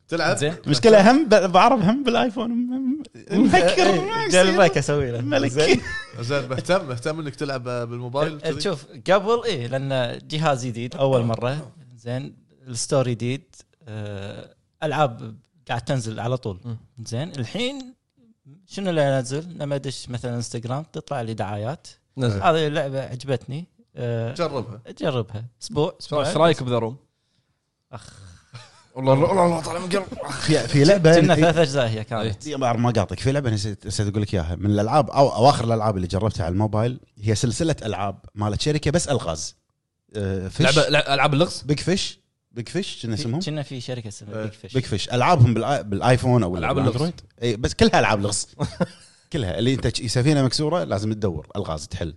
B: تلعب
D: زين
C: مشكلة هم ب- بعرب هم بالايفون هم-
D: إيه،
C: هم- مفكر
D: جل بريك اسوي له
C: ملك
D: زين. إيه،
B: زين مهتم مهتم انك تلعب بالموبايل كذي؟
D: شوف قبل ايه لان جهاز جديد اول مره زين الستوري جديد آه، العاب قاعد تنزل على
A: م.
D: طول زين الحين شنو اللي انزل لما ادش مثلا انستغرام تطلع لي دعايات
A: نزل
D: هذه اللعبه عجبتني آه،
B: جربها
D: اجربها اسبوع
A: شو- ايش
D: اسبوع
A: رايك بذا روم؟
D: اخ
A: والله والله والله طالع من قلب
C: في في لعبه
D: كنا ثلاث اجزاء هي كانت
C: دي ما ما قاطعك في لعبه نسيت نسيت اقول لك اياها من الالعاب او اواخر الالعاب اللي جربتها على الموبايل هي سلسله العاب مالت شركه بس الغاز آه، فيش
A: لعبه لع- العاب اللغز
C: بيج فيش بيج فيش شنو اسمهم؟
D: كنا في شركه اسمها بيج
C: بيج
D: فيش
C: فيش العابهم بالآ- بالايفون او
A: ألعاب
C: بالأندرويد.
A: اللغز.
C: اي بس كلها العاب لغز كلها اللي انت ش- سفينه مكسوره لازم تدور الغاز تحل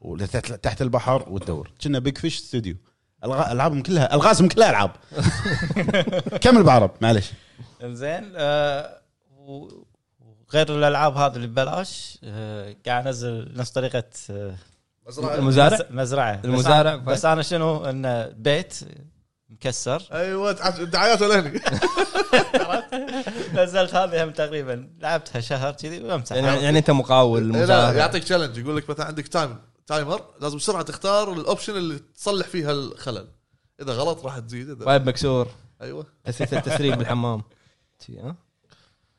C: وتحت تحت البحر وتدور كنا بيج فيش ستوديو الغ- العابهم كلها الغازهم كلها العاب كمل بعرب معلش
D: زين آه، و- وغير الالعاب هذه اللي ببلاش آه، قاعد انزل نفس طريقه آه،
A: المزارع
D: مز- مزرعه
A: المزارع،
D: بس, بس انا شنو ان بيت مكسر
B: ايوه تعال- دعايات الاهلي
D: نزلت هذه هم تقريبا لعبتها شهر كذي وامسحها
A: يعني يعني انت مقاول
B: إيه، لا
A: مزارع
B: يعطيك تشالنج يقول لك مثلا عندك تايم تايمر لازم بسرعه تختار الاوبشن اللي تصلح فيها الخلل اذا غلط راح تزيد اذا
A: وايب مكسور
B: ايوه
A: حسيت التسريب بالحمام شي، ها؟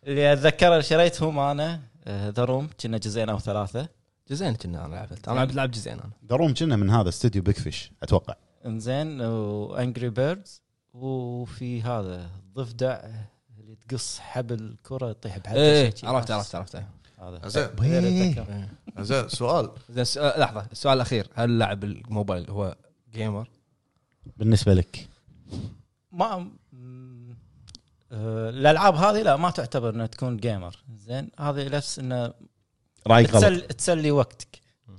D: اللي اتذكره اللي شريتهم انا ذا روم آه، كنا جزئين او ثلاثه
A: جزئين كنا انا لعبت انا لعبت لعب جزئين انا
C: دروم كنا من هذا استوديو بيج فيش اتوقع
D: انزين وانجري بيردز وفي هذا الضفدع اللي تقص حبل كره تطيح بحبل
A: ايه
D: شي- شي.
A: عرفت عرفت عرفت إيه.
D: هذا
B: زين
D: غير
C: إيه.
D: أتذكر.
A: إيه.
B: زين سؤال
A: زين السؤال- لحظه السؤال الاخير هل لاعب الموبايل هو جيمر؟
C: بالنسبه لك
D: ما م- آه، الالعاب هذه لا ما تعتبر انها تكون جيمر زين هذه نفس انه
C: رايك غلط
D: تسلي, تسلي وقتك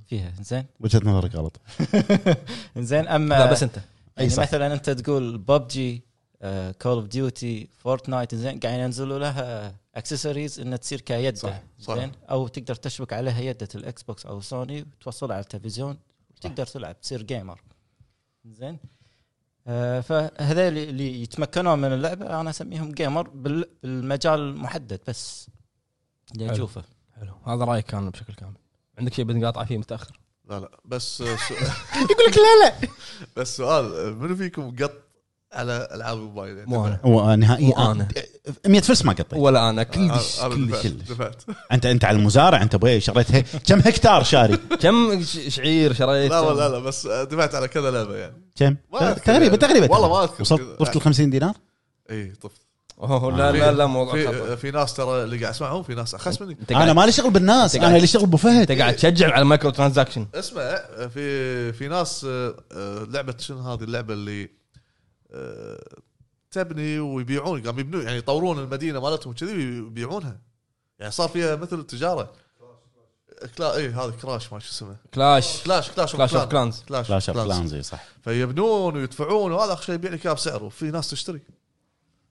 D: فيها زين
C: وجهه نظرك غلط
D: زين
A: لا
D: اما
A: بس انت
C: اي
D: يعني
C: صح
D: مثلا انت تقول ببجي آه، كول اوف ديوتي فورتنايت زين قاعد ينزلوا لها اكسسوارز انها تصير كيده
B: صح، صح.
D: زين او تقدر تشبك عليها يده الاكس بوكس او سوني وتوصلها على التلفزيون تقدر تلعب تصير جيمر زين آه فهذول اللي يتمكنون من اللعبه انا اسميهم جيمر بال- بالمجال المحدد بس اللي
A: حلو.
D: اشوفه
A: حلو هذا رايك كان بشكل كامل عندك شيء بنقاطع فيه متاخر
B: لا لا بس آه، سؤال
C: يقول لك لا لا
B: بس سؤال آه، منو فيكم قط على العاب الموبايل يعني
A: مو انا
C: هو نهائيا
A: مو أنا.
C: 100 فلس ما قطيت
A: ولا انا
B: أنا-
A: كلش
B: أنا
C: كلش-
B: دفعت-
C: كلش.
B: دفعت
C: انت انت على المزارع انت ابوي شريتها كم هكتار شاري
A: كم ش- شعير شريت
B: لا والله لا بس آه، دفعت على كذا لعبه يعني
C: كم
B: ما أذكر
C: تقريبا
B: يعني.
C: تقريبا
B: والله ما أذكر.
C: وصلت طفت ال 50 دينار
B: اي طفت
A: أوه، لا لا لا موضوع
B: إيه، في,
A: خطر
B: آه، في ناس ترى اللي قاعد اسمعهم في ناس اخس مني
A: انت
C: انا
A: قاعد
C: مالي شغل بالناس
A: أنت قاعد-
C: انا لي شغل إيه.
A: انت
C: بفهد
A: قاعد تشجع على المايكرو ترانزاكشن
B: اسمع آه، في في ناس آه، آه، لعبه شنو هذه اللعبه اللي آه، تبني ويبيعون قام يبنون يعني يطورون المدينه مالتهم كذي ويبيعونها يعني صار فيها مثل تجاره كلا اي هذا كراش ما شو اسمه
A: كلاش
B: كلاش كلاش
A: كلاش اوف كلانز
B: كلاش
C: فلاش
B: اوف
C: اوف
B: كلانز
C: زي صح
B: فيبنون ويدفعون وهذا اخر شيء يبيع لك اياه بسعره وفي ناس تشتري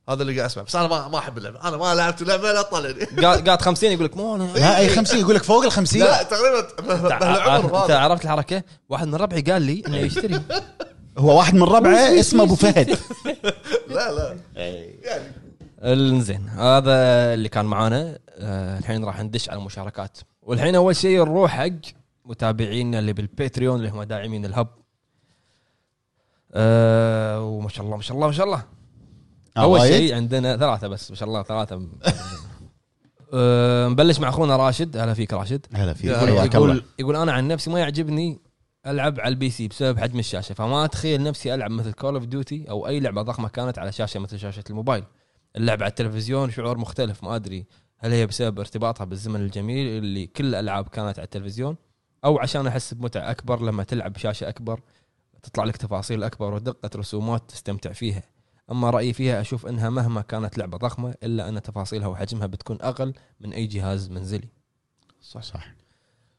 B: هذا اللي قاعد اسمع بس انا ما ما احب اللعبه انا ما لعبت اللعبه لا طالعني
A: قاعد قاعد 50 يقول لك مو انا
C: لا اي 50 يقول لك فوق ال 50
B: لا تقريبا
A: عارف-
B: بالعمر
A: انت
B: هذا
A: عرفت الحركه؟ واحد من ربعي قال لي انه يشتري
C: هو واحد من ربعه اسمه ابو فهد
B: لا لا يعني
A: انزين هذا اللي كان معانا آه، الحين راح ندش على المشاركات والحين اول شيء نروح حق متابعينا اللي بالباتريون اللي هم داعمين الهب آه وما شاء الله ما شاء الله ما شاء الله
C: آه،
A: اول
C: وايد؟
A: شيء عندنا ثلاثه بس ما شاء الله ثلاثه آه، نبلش مع اخونا راشد هلا فيك راشد
C: هلا فيك
B: يقول-
C: حياك الله
A: يقول يقول انا عن نفسي ما يعجبني العب على البي سي بسبب حجم الشاشه فما اتخيل نفسي العب مثل كول اوف ديوتي او اي لعبه ضخمه كانت على شاشه مثل شاشه الموبايل اللعب على التلفزيون شعور مختلف ما ادري هل هي بسبب ارتباطها بالزمن الجميل اللي كل الالعاب كانت على التلفزيون او عشان احس بمتعه اكبر لما تلعب بشاشه اكبر تطلع لك تفاصيل اكبر ودقه رسومات تستمتع فيها اما رايي فيها اشوف انها مهما كانت لعبه ضخمه الا ان تفاصيلها وحجمها بتكون اقل من اي جهاز منزلي
C: صح صح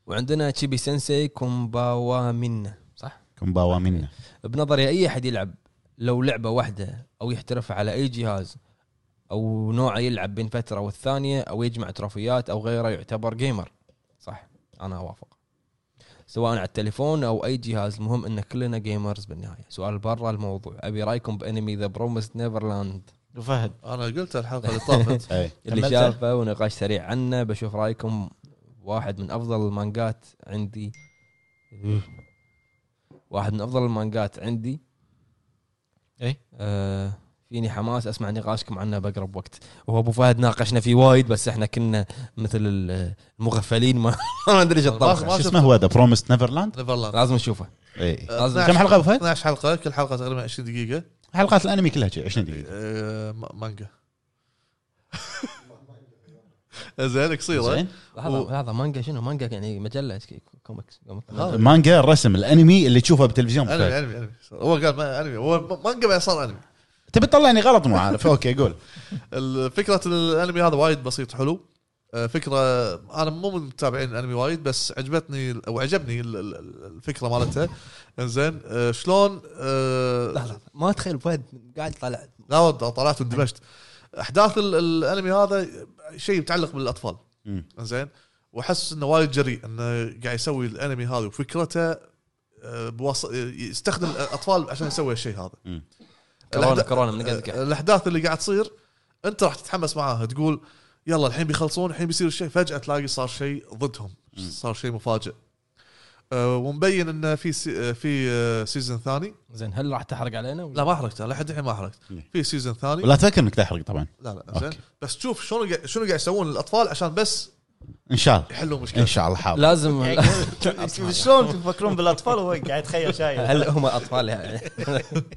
A: وعندنا تشيبي سensei كومباوا منا صح؟
C: كمباوا منا
A: بنظري اي احد يلعب لو لعبه واحده او يحترفها على اي جهاز او نوعه يلعب بين فتره والثانيه او يجمع تروفيات او غيره يعتبر جيمر صح انا اوافق سواء على التليفون او اي جهاز المهم ان كلنا جيمرز بالنهايه سؤال برا الموضوع ابي رايكم بانمي ذا برومس نيفرلاند
D: وفهد
B: انا قلت الحلقه اللي طافت
C: اي
A: اللي
D: كملته؟
A: شافه ونقاش سريع عنه بشوف رايكم واحد من افضل المانجات عندي واحد من افضل المانجات عندي
D: اي
A: آه فيني حماس اسمع نقاشكم عنه باقرب وقت هو ابو فهد ناقشنا فيه وايد بس احنا كنا مثل ال- المغفلين ما ما ندري ايش
B: ما-
A: الطبخ
B: ما-
C: شو اسمه هو ذا برومست نيفرلاند
A: طيب،
B: نيفرلاند
A: لازم نشوفه
C: اي
B: طيب آه،
A: لازم
C: إيه. كم حلقه ابو فهد؟
B: 12 حلقه كل حلقه تقريبا 20 دقيقه
C: حلقات الانمي كلها شي 20 دقيقه
B: آه، ما- مانجا زين قصيره
A: أيوة.
C: زين
A: لحظه لحظه مانجا شنو مانجا يعني مجله إيش كي- كوميكس كوميك.
B: آه.
C: مانجا الرسم الانمي اللي تشوفه بالتلفزيون
B: انمي انمي انمي هو قال ما انمي هو م- مانجا بعدين صار انمي
C: تبي تطلعني غلط مو عارف اوكي قول
B: ال- فكره الانمي هذا وايد بسيط حلو آه، فكره انا مو من متابعين الانمي وايد بس عجبتني ال- او عجبني ال- ال- الفكره مالتها انزين آه، شلون آه،
A: لحظه ما تخيل فهد قاعد طالع
B: لا والله طلعت واندمجت احداث ال- الانمي هذا شيء متعلق بالاطفال
C: مم.
B: زين واحس انه وايد جريء انه قاعد يسوي الانمي هذا وفكرته آه، بوص... يستخدم الاطفال عشان يسوي الشيء هذا
C: مم.
A: كورونا
B: الأحدا-
A: كورونا من قصدك يعني.
B: آه، الاحداث اللي قاعد تصير انت راح تتحمس معاها تقول يلا الحين بيخلصون الحين بيصير الشيء فجاه تلاقي صار شيء ضدهم صار شيء مفاجئ آه، ومبين انه في سي... آه، في آه، سيزون ثاني
A: زين هل راح تحرق علينا ولا
B: لا ما حرقته لحد الحين ما حرقت
C: مم.
B: في سيزون ثاني
C: إيه. ولا تفكر انك تحرق طبعا
B: لا لا
C: أوكي.
B: زين بس تشوف شنو قاعد- شنو قاعد يسوون الاطفال عشان بس
C: ان شاء الله
B: يحلوا
C: ان
B: مشكله
C: شاء الله حاضر
A: لازم
D: شلون تفكرون بالاطفال وهو قاعد يتخيل شايل
A: هل هم اطفال يعني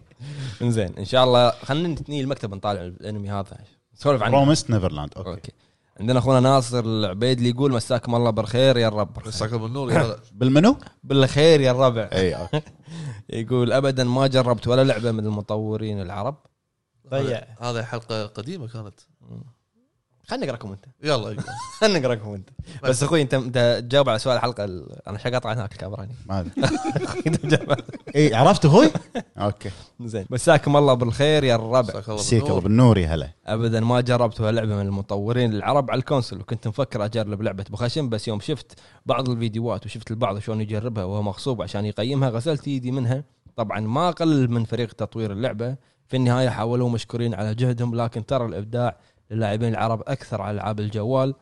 A: زين ان شاء الله خلينا نتني المكتب نطالع الانمي هذا نسولف عنه
C: بروميس نيفرلاند اوكي
A: اوكي عندنا اخونا ناصر العبيدلي يقول مساكم الله بالخير يا الرب
B: مساكم بالنور يا هلا.
C: بالمنو؟
A: بالخير يا الربع
C: اي اوكي
A: يقول ابدا ما جربت ولا لعبه من المطورين العرب
D: ضيع
B: هذه حلقه قديمه كانت
A: خلينا نقراكم انت
B: يلا يلا.
A: خلينا نقراكم انت بس اخوي انت انت تجاوب على سؤال الحلقه ال- انا شقاطع هناك الكاميراني
C: ما ادري اي عرفت اخوي؟ اوكي
A: زين مساكم الله بالخير يا الربع
B: مساك الله
C: مسيك
B: بالنور.
C: الله بالنور يا هلا
A: ابدا ما جربت ولا لعبه من المطورين العرب على الكونسل وكنت مفكر اجرب لعبه بخشم بس يوم شفت بعض الفيديوهات وشفت البعض شلون يجربها وهو مغصوب عشان يقيمها غسلت ايدي منها طبعا ما قلل من فريق تطوير اللعبه في النهايه حاولوا مشكورين على جهدهم لكن ترى الابداع للاعبين العرب اكثر على العاب الجوال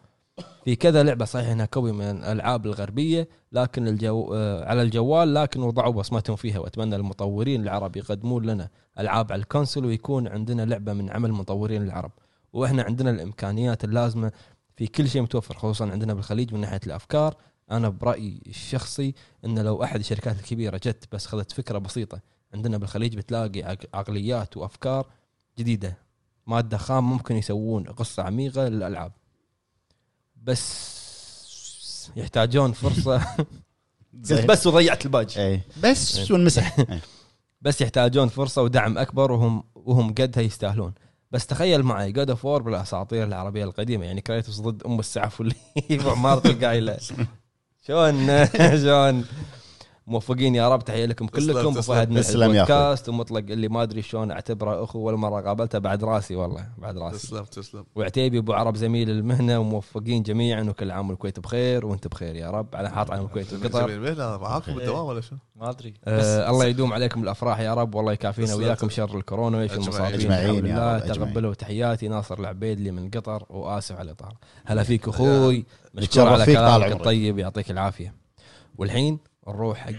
A: في كذا لعبه صحيح انها كوي من الالعاب الغربيه لكن الجو آه، على الجوال لكن وضعوا بصمتهم فيها واتمنى المطورين العرب يقدمون لنا العاب على الكونسول ويكون عندنا لعبه من عمل مطورين العرب واحنا عندنا الامكانيات اللازمه في كل شيء متوفر خصوصا عندنا بالخليج من ناحيه الافكار انا برايي الشخصي ان لو احد الشركات الكبيره جت بس خذت فكره بسيطه عندنا بالخليج بتلاقي عق- عقليات وافكار جديده ماده خام ممكن يسوون قصه عميقه للالعاب بس يحتاجون فرصه قلت بس وضيعت الباج
C: اي بس ونمسح إي.
A: بس يحتاجون فرصه ودعم اكبر وهم وهم قدها يستاهلون بس تخيل معي جود اوف وور بالاساطير العربيه القديمه يعني كريتوس ضد ام السعف واللي بعماره القايله شلون شلون موفقين يا رب تحيه لكم
B: تسلم،
A: كلكم
B: تسلم.
A: وفهد من
C: تسلم يا أخوي.
A: البودكاست ومطلق اللي ما ادري شلون اعتبره اخو ولا مره قابلته بعد راسي والله بعد راسي
B: تسلم تسلم
A: وعتيبي ابو عرب زميل المهنه وموفقين جميعا وكل عام والكويت بخير وانت بخير يا رب على حاط على الكويت
B: زميل
A: وقطر
B: المهنه معاكم بالدوام ولا شنو؟
D: ما ادري
A: آه الله يدوم عليكم الافراح يا رب والله يكافينا
B: بس لا
A: وياكم
B: تنسى.
A: شر الكورونا ويشفي
B: أجمعين.
A: المصابين
C: أجمعين
A: بحول
C: يا
A: الله.
C: رب، أجمعين.
A: تقبلوا تحياتي ناصر العبيدلي من قطر واسف على الاطاله هلا فيك اخوي مشكور
C: متشرف
A: على
C: فيك، طال
A: كلامك
C: عمرك.
A: الطيب يعطيك العافيه والحين نروح حق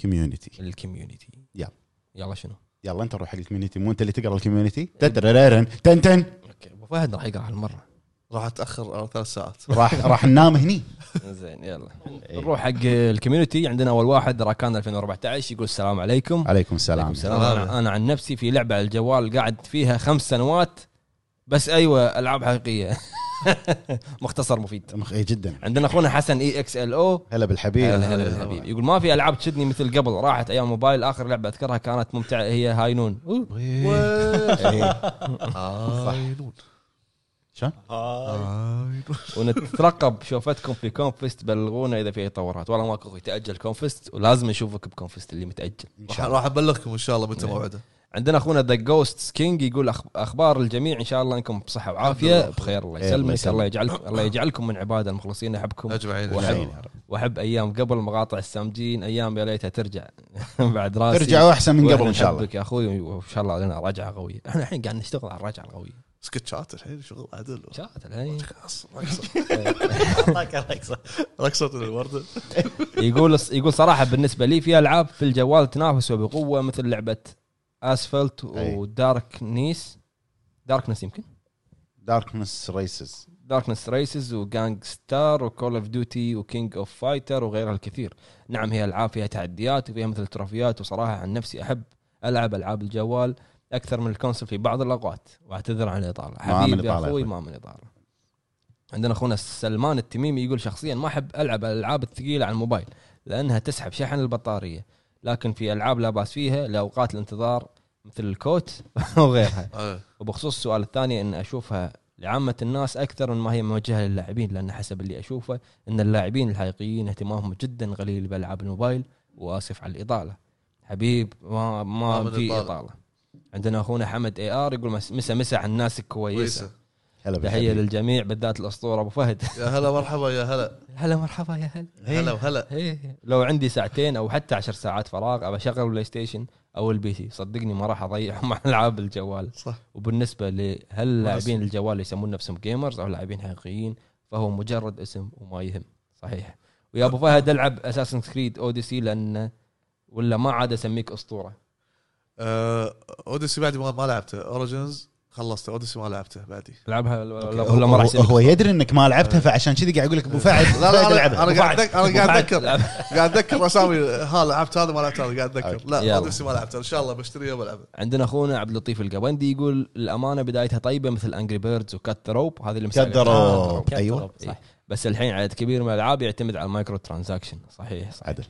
C: كوميونتي
A: الكوميونتي
C: يلا.
A: يلا شنو
C: يلا انت روح حق الكوميونتي مو انت اللي تقرا الكوميونتي تترررن تن تن
A: اوكي ابو فهد راح يقرا هالمره
B: راح اتاخر ثلاث ساعات
C: راح راح ننام هني
A: زين يلا نروح حق الكوميونتي عندنا اول واحد راكان 2014 يقول السلام عليكم
C: عليكم
A: عليكم
C: السلام
A: السلام انا أنا عن نفسي في لعبه على الجوال قاعد فيها خمس سنوات بس ايوه العاب حقيقيه مختصر مفيد
C: مخ- إي جدا
A: عندنا اخونا حسن اي اكس ال او
C: هلا بالحبيب
A: إيه، هلا هلا بالحبيب. يقول ما في العاب تشدني مثل قبل راحت ايام موبايل اخر لعبه اذكرها كانت ممتعه هي هاي نون أوه.
B: إيه.
C: إي.
B: عاينون
C: شلون؟
B: عاينون
A: ونترقب شوفتكم في كونفست بلغونا اذا في اي تطورات والله ماكو اخوي تاجل كونفست ولازم نشوفك بكونفست اللي متاجل
C: إن
B: راح-
C: شاء الله.
B: راح ابلغكم ان شاء الله متى موعده
A: عندنا اخونا ذا جوست كينج يقول أخ- اخبار الجميع ان شاء الله انكم بصحه وعافيه بخير الله
C: الله
A: يسلمك
C: يسلمك.
A: الله يجعلكم الله يجعلكم من عباده المخلصين احبكم
B: اجمعين
A: واحب واحب ايام قبل مقاطع السامجين ايام يا ليتها ترجع بعد راسي
C: ارجعوا احسن من قبل ان شاء الله
A: ونحبك يا اخوي وان شاء الله لنا رجعه قويه احنا الحين قاعد نشتغل على الرجعه القويه
B: سكتشات الحين شغل عدل
A: شات الحين
B: خلاص، رقصت.
D: اعطاك الرقصه
B: رقصت الورده
A: يقول يقول صراحه بالنسبه لي في العاب في الجوال تنافس وبقوه مثل لعبه اسفلت
C: أي.
A: ودارك نيس داركنس يمكن
C: داركنس ريسز
A: داركنس ريسز وجانج ستار وكول اوف ديوتي وكينج اوف فايتر وغيرها الكثير نعم هي العاب فيها تحديات وفيها مثل تروفيات وصراحه عن نفسي احب العب العاب الجوال اكثر من الكونسول في بعض الاوقات واعتذر عن الاطاله
C: ما من
A: حبيبي
C: إطالة يا
A: اخوي
C: أخوي.
A: ما من اطاله عندنا اخونا سلمان التميمي يقول شخصيا ما احب العب الالعاب الثقيله على الموبايل لانها تسحب شحن البطاريه لكن في العاب لا باس فيها لاوقات الانتظار مثل الكوت وغيرها
B: آه.
A: وبخصوص السؤال الثاني ان اشوفها لعامه الناس اكثر من ما هي موجهه للاعبين لان حسب اللي اشوفه ان اللاعبين الحقيقيين اهتمامهم جدا قليل بالعاب الموبايل واسف على الاطاله حبيب ما
B: ما
A: ما
B: من
A: في
B: إطالة.
A: اطاله عندنا اخونا حمد اي ار يقول مس- مسا مسا على الناس الكويسه
B: كويسه
C: هلا
A: تحيه
C: بالحبيب.
A: للجميع بالذات الاسطوره ابو فهد
B: يا هلا مرحبا يا هلا
A: هلا مرحبا يا هلا
B: هلا وهلا
A: إيه. لو عندي ساعتين او حتى عشر ساعات فراغ ابى اشغل بلاي ستيشن او البي سي صدقني ما راح اضيعهم مع العاب الجوال
B: صح
A: وبالنسبه لهل لاعبين الجوال يسمون نفسهم جيمرز او لاعبين حقيقيين فهو مجرد اسم وما يهم صحيح ويا ابو فهد العب اساسن كريد اوديسي لان ولا ما عاد اسميك اسطوره
B: آه، اوديسي بعد ما ما لعبته اوريجنز خلصته اوديسي ما لعبته بعدي
A: العبها ولا, ولا,
C: هو,
A: ولا ما راح
C: هو
A: يسميك
C: يدري انك ما لعبتها فعشان كذي قاعد يقول لك ابو فهد
B: لا لا
C: فهد
B: انا
C: العبها.
B: انا قاعد أتذكر- انا قاعد اتذكر
A: أسطورة.
B: قاعد اتذكر اسامي ها لعبت هذا ما لعبت هذا قاعد اتذكر
A: يلا.
B: لا اوديسي ما لعبته ان شاء الله بشتريه وبلعبه
A: عندنا اخونا عبد اللطيف القبندي يقول الامانه بدايتها طيبه مثل انجري بيردز وكات روب هذه اللي مسويها.
C: كدروا
B: أيوة.
C: ايوه
D: كنترول، صح
A: بس الحين عدد كبير من الالعاب يعتمد على المايكرو ترانزاكشن صحيح صحيح
C: عدل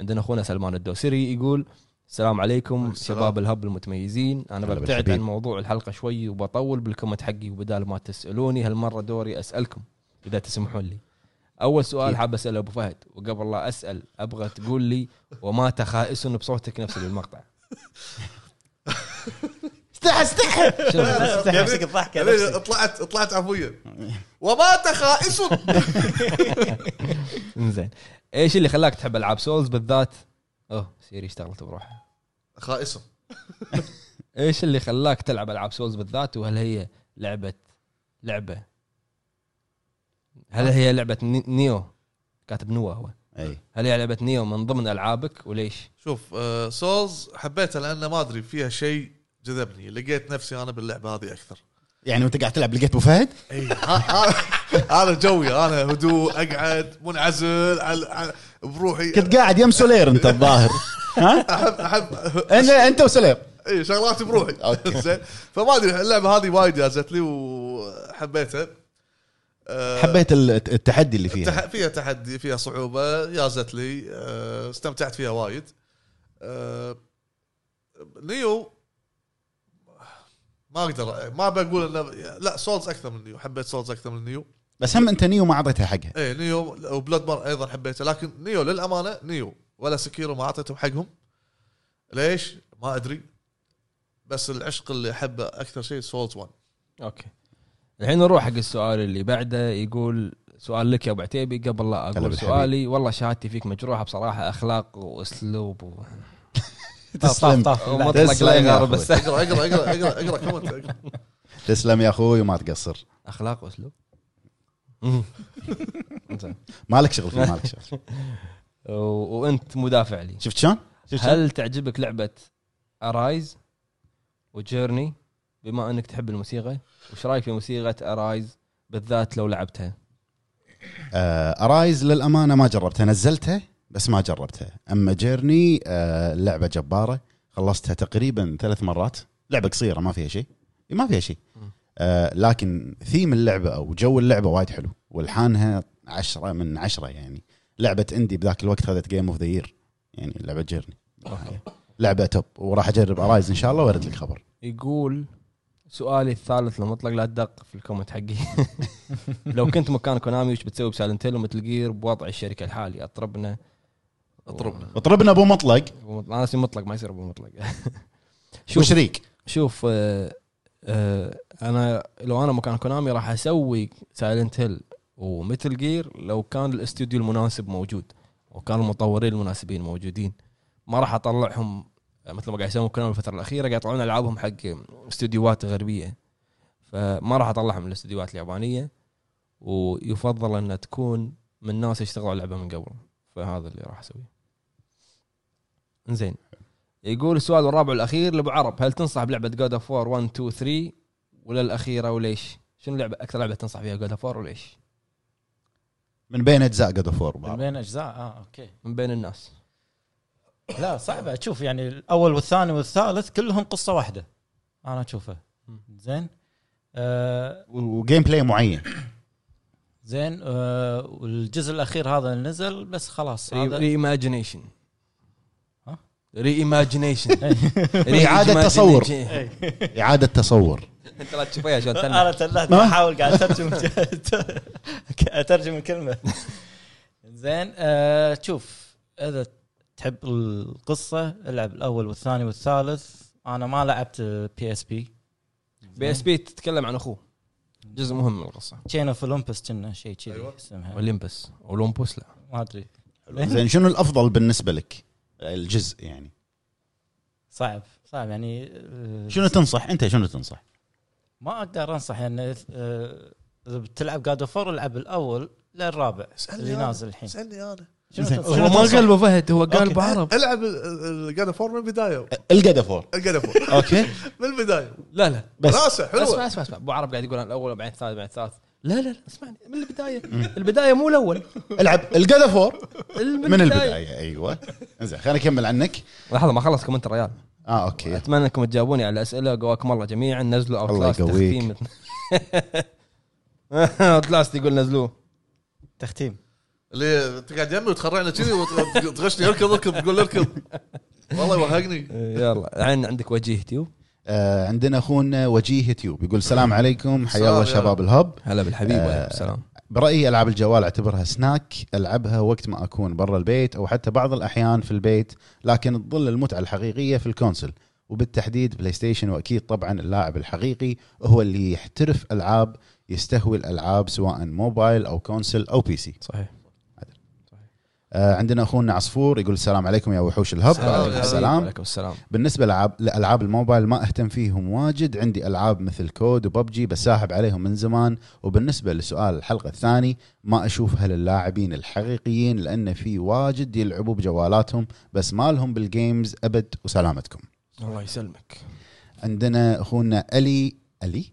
A: عندنا اخونا سلمان الدوسري يقول السلام عليكم
B: السلام.
A: شباب الهب المتميزين انا
C: هلا
A: ببتعد
C: بالحبيب.
A: عن موضوع الحلقه شوي وبطول بالكومنت حقي وبدال ما تسالوني هالمره دوري اسالكم اذا تسمحون لي اول سؤال
C: أكيد.
A: حاب اساله ابو فهد وقبل لا اسال ابغى تقول لي وما تخائس بصوتك نفس اللي بالمقطع
C: استحى استحى
A: شوف،
D: استحي امسك الضحكه
B: ليش
D: نفسك.
B: طلعت طلعت عفويا وما تخائس
A: انزين ايش اللي خلاك تحب العاب سولز بالذات اوه سيري اشتغلت بروحها
B: خائسهم
A: ايش اللي خلاك تلعب العاب سولز بالذات وهل هي لعبه لعبه هل هي لعبه ني- نيو كاتب نوا هو
C: اي
A: هل هي لعبه نيو من ضمن العابك وليش
B: شوف آه، سولز حبيتها لان ما ادري فيها شيء جذبني لقيت نفسي انا باللعبه هذه اكثر
C: يعني وانت قاعد تلعب لقيت ابو فهد
B: اي انا جوي انا هدوء اقعد منعزل على- على- بروحي
C: كنت قاعد يم سولير انت الظاهر ها
B: احب احب
C: انت انت وسولير
B: اي إيه، شغلات بروحي
C: أوكي.
B: زين فما ادري اللعبه هذه وايد جازت لي وحبيتها آه،
C: حبيت ال- التحدي اللي فيها
B: تح- فيها تحدي فيها صعوبه جازت لي آه، استمتعت فيها وايد آه، نيو ما اقدر ما بقول انه لا سولز اكثر من نيو حبيت سولز اكثر من نيو
C: بس هم انت نيو ما اعطيتها حقها
B: اي إيه، نيو وبلاد بار ايضا حبيته لكن نيو للامانه نيو ولا سكيرو ما اعطيتهم حقهم ليش؟ ما ادري بس العشق اللي احبه اكثر شيء سولز 1
A: اوكي الحين نروح حق السؤال اللي بعده يقول سؤال لك يا ابو عتيبي قبل لا
C: هلا
A: اقول
C: بالحبيب.
A: سؤالي والله شهادتي فيك مجروحه بصراحه اخلاق واسلوب و...
C: تسلم
D: طاف، طاف. لا،
A: ومطلق لا
C: تسلم يا
A: يغار
C: أخوي.
A: بس
B: اقرا اقرا اقرا اقرا اقرا كومنت اقرا
C: تسلم يا اخوي وما تقصر
A: اخلاق واسلوب مم. إنزين.
C: مالك شغل فيه مالك شغل
A: و- وانت مدافع لي
C: شفت شلون؟ شفت شلون؟
A: هل تعجبك لعبه ارايز وجيرني بما انك تحب الموسيقى وش رايك في موسيقى ارايز بالذات لو لعبتها
C: آه، ارايز للامانه ما جربتها نزلتها بس ما جربتها اما جيرني آه، لعبه جباره خلصتها تقريبا ثلاث مرات لعبه قصيره ما فيها شيء ما فيها شيء
A: مم.
C: آه، لكن ثيم اللعبه او جو اللعبه وايد حلو والحانها عشرة من عشرة يعني لعبه اندي بذاك الوقت خذت جيم اوف ذا يير يعني لعبه جيرني لعبه توب وراح اجرب ارايز ان شاء الله وارد لك خبر
A: يقول سؤالي الثالث لمطلق لا تدق في الكومنت حقي لو كنت مكان كونامي وش بتسوي بسالنت هيل ومثل جير بوضع الشركه الحالي اطربنا
B: اطربنا
C: اطربنا ابو مطلق
A: أبو مطلق- انا اسمي مطلق ما يصير ابو مطلق شوف
C: وشريك
A: شوف آه آه انا لو انا مكان كونامي راح اسوي سايلنت هيل ومثل جير لو كان الاستوديو المناسب موجود وكان المطورين المناسبين موجودين ما راح اطلعهم مثل ما قاعد يسوون كونامي الفتره الاخيره قاعد يطلعون العابهم حق استديوهات غربيه فما راح اطلعهم من الاستديوهات اليابانيه ويفضل ان تكون من ناس يشتغلوا على اللعبه من قبل فهذا اللي راح اسويه زين يقول السؤال الرابع والاخير لابو عرب هل تنصح بلعبه جود اوف 4 1 2 3 ولا الاخيره وليش؟ شنو لعبه اكثر لعبه تنصح فيها جود اوف 4 وليش؟
C: من بين اجزاء جود اوف
D: من بين اجزاء اه اوكي
A: من بين الناس
D: لا صعبه اشوف يعني الاول والثاني والثالث كلهم قصه واحده انا اشوفه
A: مم.
D: زين آه
C: وجيم بلاي معين
D: زين آه والجزء الاخير هذا اللي نزل بس خلاص هذا
A: ري ايماجينيشن
D: ها؟
A: ري ايماجينيشن
C: إعادة تصور. اعاده تصور
A: انت لا تشوف وياه شلون
D: انا
A: تنح.
D: تلهت
C: ما؟
D: بحاول قاعد اترجم اترجم الكلمه زين آه، شوف اذا تحب القصه العب الاول والثاني والثالث انا ما لعبت بي اس بي
A: بي اس بي تتكلم عن اخوه جزء مهم من القصه
D: تشين اوف اولمبس كنا شيء كذي
B: أيوة.
D: اسمها
A: اولمبس اولمبوس لا
D: ما ادري
C: زين شنو الافضل بالنسبه لك الجزء يعني
D: صعب صعب يعني آه،
C: شنو تنصح انت شنو تنصح
D: ما اقدر انصح يعني آه، اذا بتلعب جاد اوف العب الاول للرابع اللي
B: أنا.
D: نازل الحين
B: اسالني انا
D: شنو
C: زين.
D: تنصح؟
A: هو ما قلبه فهد هو قلبه عرب
B: العب الجاد فور من البدايه
C: القدا فور
B: الجاد فور
C: اوكي
B: من البدايه
A: لا لا
C: بس
B: راسه حلوه
A: اسمع اسمع اسمع ابو عرب قاعد يقول أنا الاول بعدين الثالث بعدين الثالث لا لا لا اسمعني من البدايه البدايه مو الاول
C: العب القدا فور
A: من
C: من البدايه ايوه زين خلينا نكمل عنك
A: لحظه ما خلص كومنت ريال
C: اه اوكي
A: اتمنى انكم تجاوبوني على الاسئله قواكم الله جميعا نزلوا اوت
C: الله
A: لاست
C: يقويك.
A: تختيم اوت لاست يقول نزلوه
D: تختيم
B: اللي تقعد جنبي وتخرعنا كذي وتغشني اركض اركض تقول اركض والله يوهقني
A: يلا الحين عندك وجيه تيوب
C: آه عندنا اخونا وجيه يوتيوب يقول السلام عليكم حيا الله
B: السلام يا
C: شباب الهب
A: هلا بالحبيب
C: آه.
A: وعليكم السلام
C: برايي العاب الجوال اعتبرها سناك العبها وقت ما اكون برا البيت او حتى بعض الاحيان في البيت لكن تظل المتعه الحقيقيه في الكونسل وبالتحديد بلاي ستيشن واكيد طبعا اللاعب الحقيقي هو اللي يحترف العاب يستهوي الالعاب سواء موبايل او كونسل او بي سي
A: صحيح
C: آه عندنا اخونا عصفور يقول السلام عليكم يا وحوش الهب
B: السلام
C: وعليكم
B: عليكم.
C: السلام
A: وعليكم السلام
C: بالنسبه لألعاب- لالعاب الموبايل ما اهتم فيهم واجد عندي العاب مثل كود وببجي بساحب عليهم من زمان وبالنسبه لسؤال الحلقه الثاني ما اشوفها للاعبين الحقيقيين لان في واجد يلعبوا بجوالاتهم بس ما لهم بالجيمز ابد وسلامتكم
A: الله يسلمك
C: عندنا اخونا الي الي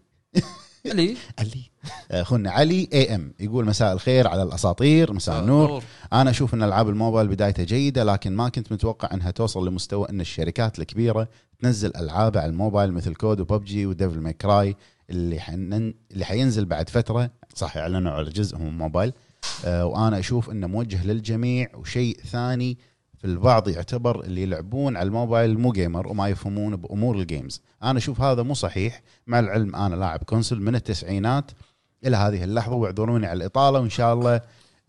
A: علي
C: علي اخونا علي اي ام يقول مساء الخير على الاساطير مساء
B: آه،
C: النور انا اشوف ان العاب الموبايل بدايتها جيده لكن ما كنت متوقع انها توصل لمستوى ان الشركات الكبيره تنزل العابها على الموبايل مثل كود وببجي وديفل ماي كراي اللي حنن... اللي حينزل بعد فتره صح اعلنوا على جزء من الموبايل آه وانا اشوف انه موجه للجميع وشيء ثاني في البعض يعتبر اللي يلعبون على الموبايل مو جيمر وما يفهمون بامور الجيمز انا اشوف هذا مو صحيح مع العلم انا لاعب كونسل من التسعينات الى هذه اللحظه واعذروني على الاطاله وان شاء الله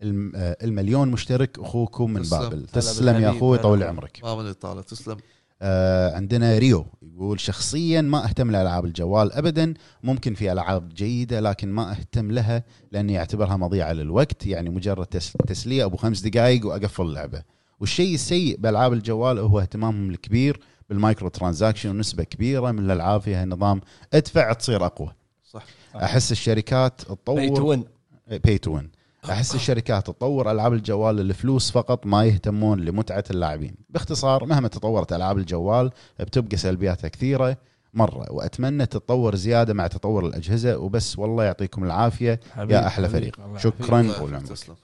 C: الم- آه، المليون مشترك اخوكم من
B: تسلم.
C: بابل
B: هلا
C: تسلم يا
A: بالحبيب.
C: اخوي
A: هلا
C: طول
A: بالحبيب.
C: عمرك
B: ما من طالع تسلم
C: آه عندنا ريو يقول شخصيا ما اهتم لالعاب الجوال ابدا ممكن في العاب جيده لكن ما اهتم لها لاني اعتبرها مضيعه للوقت يعني مجرد تس- تسليه ابو خمس دقائق واقفل اللعبه والشيء السيء بالعاب الجوال هو اهتمامهم الكبير بالمايكرو ترانزاكشن ونسبه كبيره من الالعاب فيها نظام ادفع تصير اقوى
B: صح
C: احس الشركات
A: باي تو
C: تطور
A: وين
C: باي تو وين احس الشركات تطور العاب الجوال للفلوس فقط ما يهتمون لمتعه اللاعبين باختصار مهما تطورت العاب الجوال بتبقى سلبياتها كثيره مره واتمنى تتطور زياده مع تطور الاجهزه وبس والله يعطيكم العافيه يا احلى فريق شكرا طول عمرك.
B: تسلم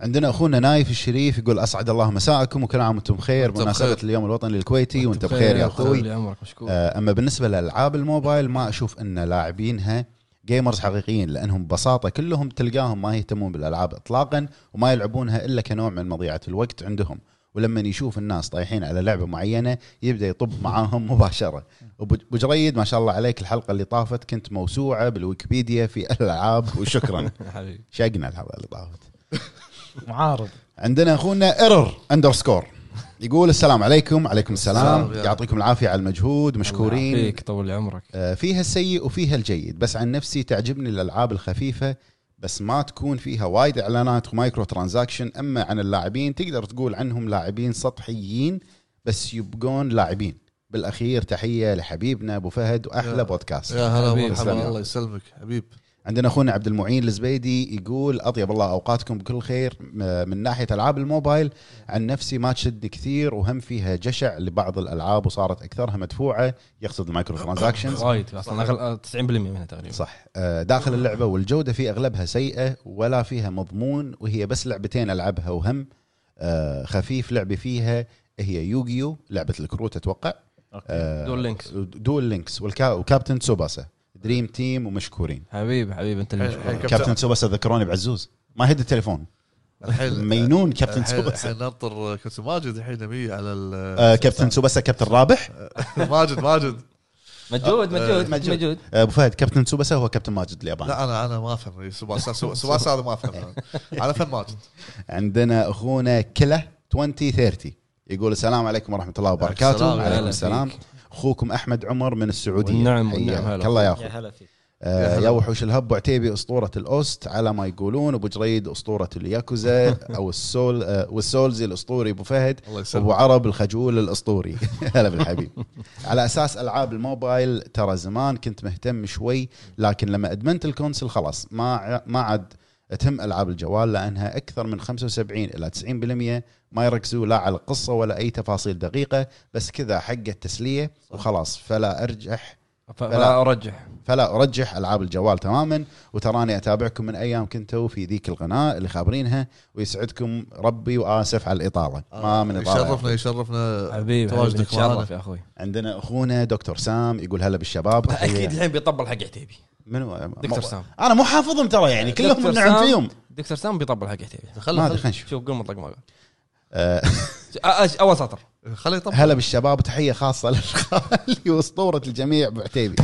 C: عندنا اخونا نايف الشريف يقول اسعد الله مساءكم وكل عام وانتم بخير
B: وأنت بخير.
C: بمناسبه اليوم الوطني الكويتي وانت بخير يا اخوي
A: عمرك مشكور
C: آه، اما بالنسبه لالعاب الموبايل ما اشوف ان لاعبينها جيمرز حقيقيين لانهم ببساطه كلهم تلقاهم ما يهتمون بالالعاب اطلاقا وما يلعبونها الا كنوع من مضيعه الوقت عندهم ولما يشوف الناس طايحين على لعبه معينه يبدا يطب معاهم مباشره ابو أبو جريد ما شاء الله عليك الحلقه اللي طافت كنت موسوعه بالويكيبيديا في الالعاب وشكرا
A: حبيبي
C: شقنا الحلقه اللي طافت
D: معارض
C: عندنا اخونا ايرور اندرسكور يقول السلام عليكم عليكم السلام
B: السلام يا-
C: يعطيكم العافيه على المجهود مشكورين
A: الله يعافيك طول عمرك
C: آه، فيها السيء وفيها الجيد بس عن نفسي تعجبني الالعاب الخفيفه بس ما تكون فيها وايد اعلانات ومايكرو ترانزاكشن اما عن اللاعبين تقدر تقول عنهم لاعبين سطحيين بس يبقون لاعبين بالاخير تحيه لحبيبنا ابو فهد واحلى
B: يا-
C: بودكاست
B: يا هلا
A: حبيب.
B: والله
C: تسلم.
B: الله يسلمك حبيب
C: عندنا اخونا عبد المعين الزبيدي يقول اطيب الله اوقاتكم بكل خير م- من ناحيه العاب الموبايل عن نفسي ما تشدني كثير وهم فيها جشع لبعض الالعاب وصارت اكثرها مدفوعه يقصد المايكرو ترانزاكشنز
A: وايد اصلا أغل- 90% منها تقريبا
C: صح آه، داخل اللعبه والجوده في اغلبها سيئه ولا فيها مضمون وهي بس لعبتين العبها وهم آه، خفيف لعبي فيها هي يوغيو لعبه الكروت اتوقع آه،
A: دول لينكس
C: دول لينكس والكا... وكابتن تسوباسا دريم تيم ومشكورين
A: حبيب حبيب انت اللي
B: الحين-
A: مشكور.
B: الحين
C: كابتن تسوباسا ذكروني بعزوز ما يهد التليفون
B: الحين-
C: مجنون كابتن
B: الحين
C: تسوباسا
B: الحين ننطر كابتن ماجد الحين نبي على ال-
C: آه، كابتن تسوباسا كابتن رابح
B: ماجد ماجد
A: مجهود مجهود
C: مجهود.
A: مجهود
C: آه، ابو فهد كابتن تسوباسا هو كابتن ماجد الياباني
B: لا انا انا ما افهم سوباسا سو- سوباسا هذا ما افهم
C: إيه.
B: على فن ماجد
C: عندنا اخونا كلا 2030 يقول السلام عليكم ورحمه الله وبركاته
B: السلام
C: وعليكم
A: عليكم.
C: السلام اخوكم احمد عمر من السعوديه
A: والنعم، والنعم.
C: حياك
A: هلا.
C: الله يا
D: يا
C: اخو
D: هلا فيك
C: آه، يا وحوش الهب وعتيبي اسطوره الاوست على ما يقولون ابو جريد اسطوره الياكوزا او السول آه، والسولزي الاسطوري ابو فهد
B: الله
C: ابو
B: يسلمك
C: عرب الخجول الاسطوري هلا بالحبيب على اساس العاب الموبايل ترى زمان كنت مهتم شوي لكن لما ادمنت الكونسل خلاص ما ع- ما عاد تهم العاب الجوال لانها اكثر من 75 الى 90% ما يركزوا لا على القصه ولا اي تفاصيل دقيقه بس كذا حق التسليه وخلاص فلا ارجح
A: ف- فلا ارجح
C: فلا ارجح العاب الجوال تماما وتراني اتابعكم من ايام كنتوا في ذيك القناه اللي خابرينها ويسعدكم ربي واسف على الاطاله
B: آه،
C: ما من اطاله
B: يشرفنا يشرفنا
A: حبيب
B: تواجدك
A: حبيب، نتشرف يا اخوي
C: عندنا اخونا دكتور سام يقول هلا بالشباب تحية.
A: اكيد الحين بيطبل حق عتيبي
C: منو
A: دكتور سام
C: انا مو حافظهم ترى يعني كلهم
A: دكتور
C: منعم
A: سام.
C: فيهم
A: دكتور سام بيطبل حق عتيبي
C: ما ادري خلينا نشوف
A: شوف قول مطلق ما قال
C: آه،
A: آه، آه، اول سطر
B: خليه يطبل
C: هلا بالشباب تحيه خاصه للغالي واسطوره الجميع بعتيبي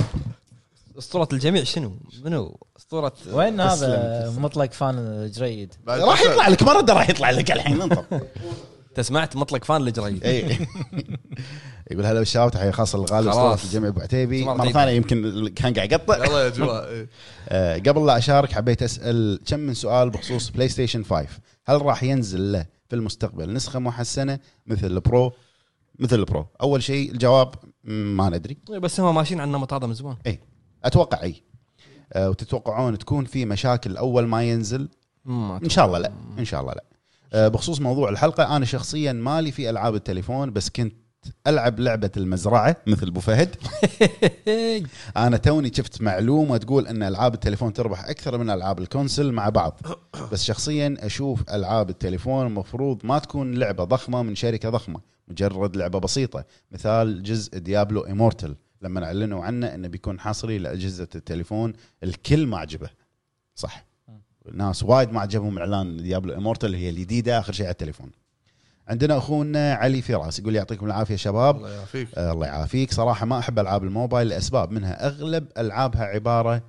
A: اسطوره الجميع شنو؟ منو؟ اسطوره
D: وين هذا
C: تسلم.
D: مطلق فان جريد
B: بعد-
C: راح يطلع لك مره راح يطلع لك الحين انطر
A: انت سمعت مطلق فان لجريد
C: اي يقول هلا بالشباب تحيه خاصه للغالي
A: خلاص.
C: واسطوره الجميع بعتيبي
A: مرة
C: مره
A: جديدة.
C: ثانيه يمكن كان قاعد يقطع
B: يلا يا جماعه إيه.
C: آه، قبل لا اشارك حبيت اسال كم من سؤال بخصوص بلاي ستيشن 5 هل راح ينزل له في المستقبل نسخه محسنه مثل البرو مثل البرو اول شيء الجواب م، ما ندري
A: إيه، بس هم ماشيين على النمط هذا من زمان
C: اتوقع اي آه، وتتوقعون تكون في مشاكل اول ما ينزل
A: ما
C: ان شاء الله لا ان شاء الله لا آه، بخصوص موضوع الحلقه انا شخصيا مالي في العاب التليفون بس كنت العب لعبه المزرعه مثل ابو فهد إيه.
A: إيه،
C: انا توني شفت معلومه تقول ان العاب التليفون تربح اكثر من العاب الكونسل مع بعض بس شخصيا اشوف العاب التليفون المفروض ما تكون لعبه ضخمه من شركه ضخمه مجرد لعبه بسيطه مثال جزء ديابلو امورتل لما اعلنوا عنه انه بيكون حصري لاجهزه التليفون الكل ما عجبه صح الناس وايد ما عجبهم اعلان ديابلو امورتل هي الجديده اخر شيء على التليفون عندنا اخونا علي فراس يقول يعطيكم العافيه شباب
B: الله يعافيك
C: آه، الله يعافيك صراحه ما احب العاب الموبايل لاسباب منها اغلب العابها عباره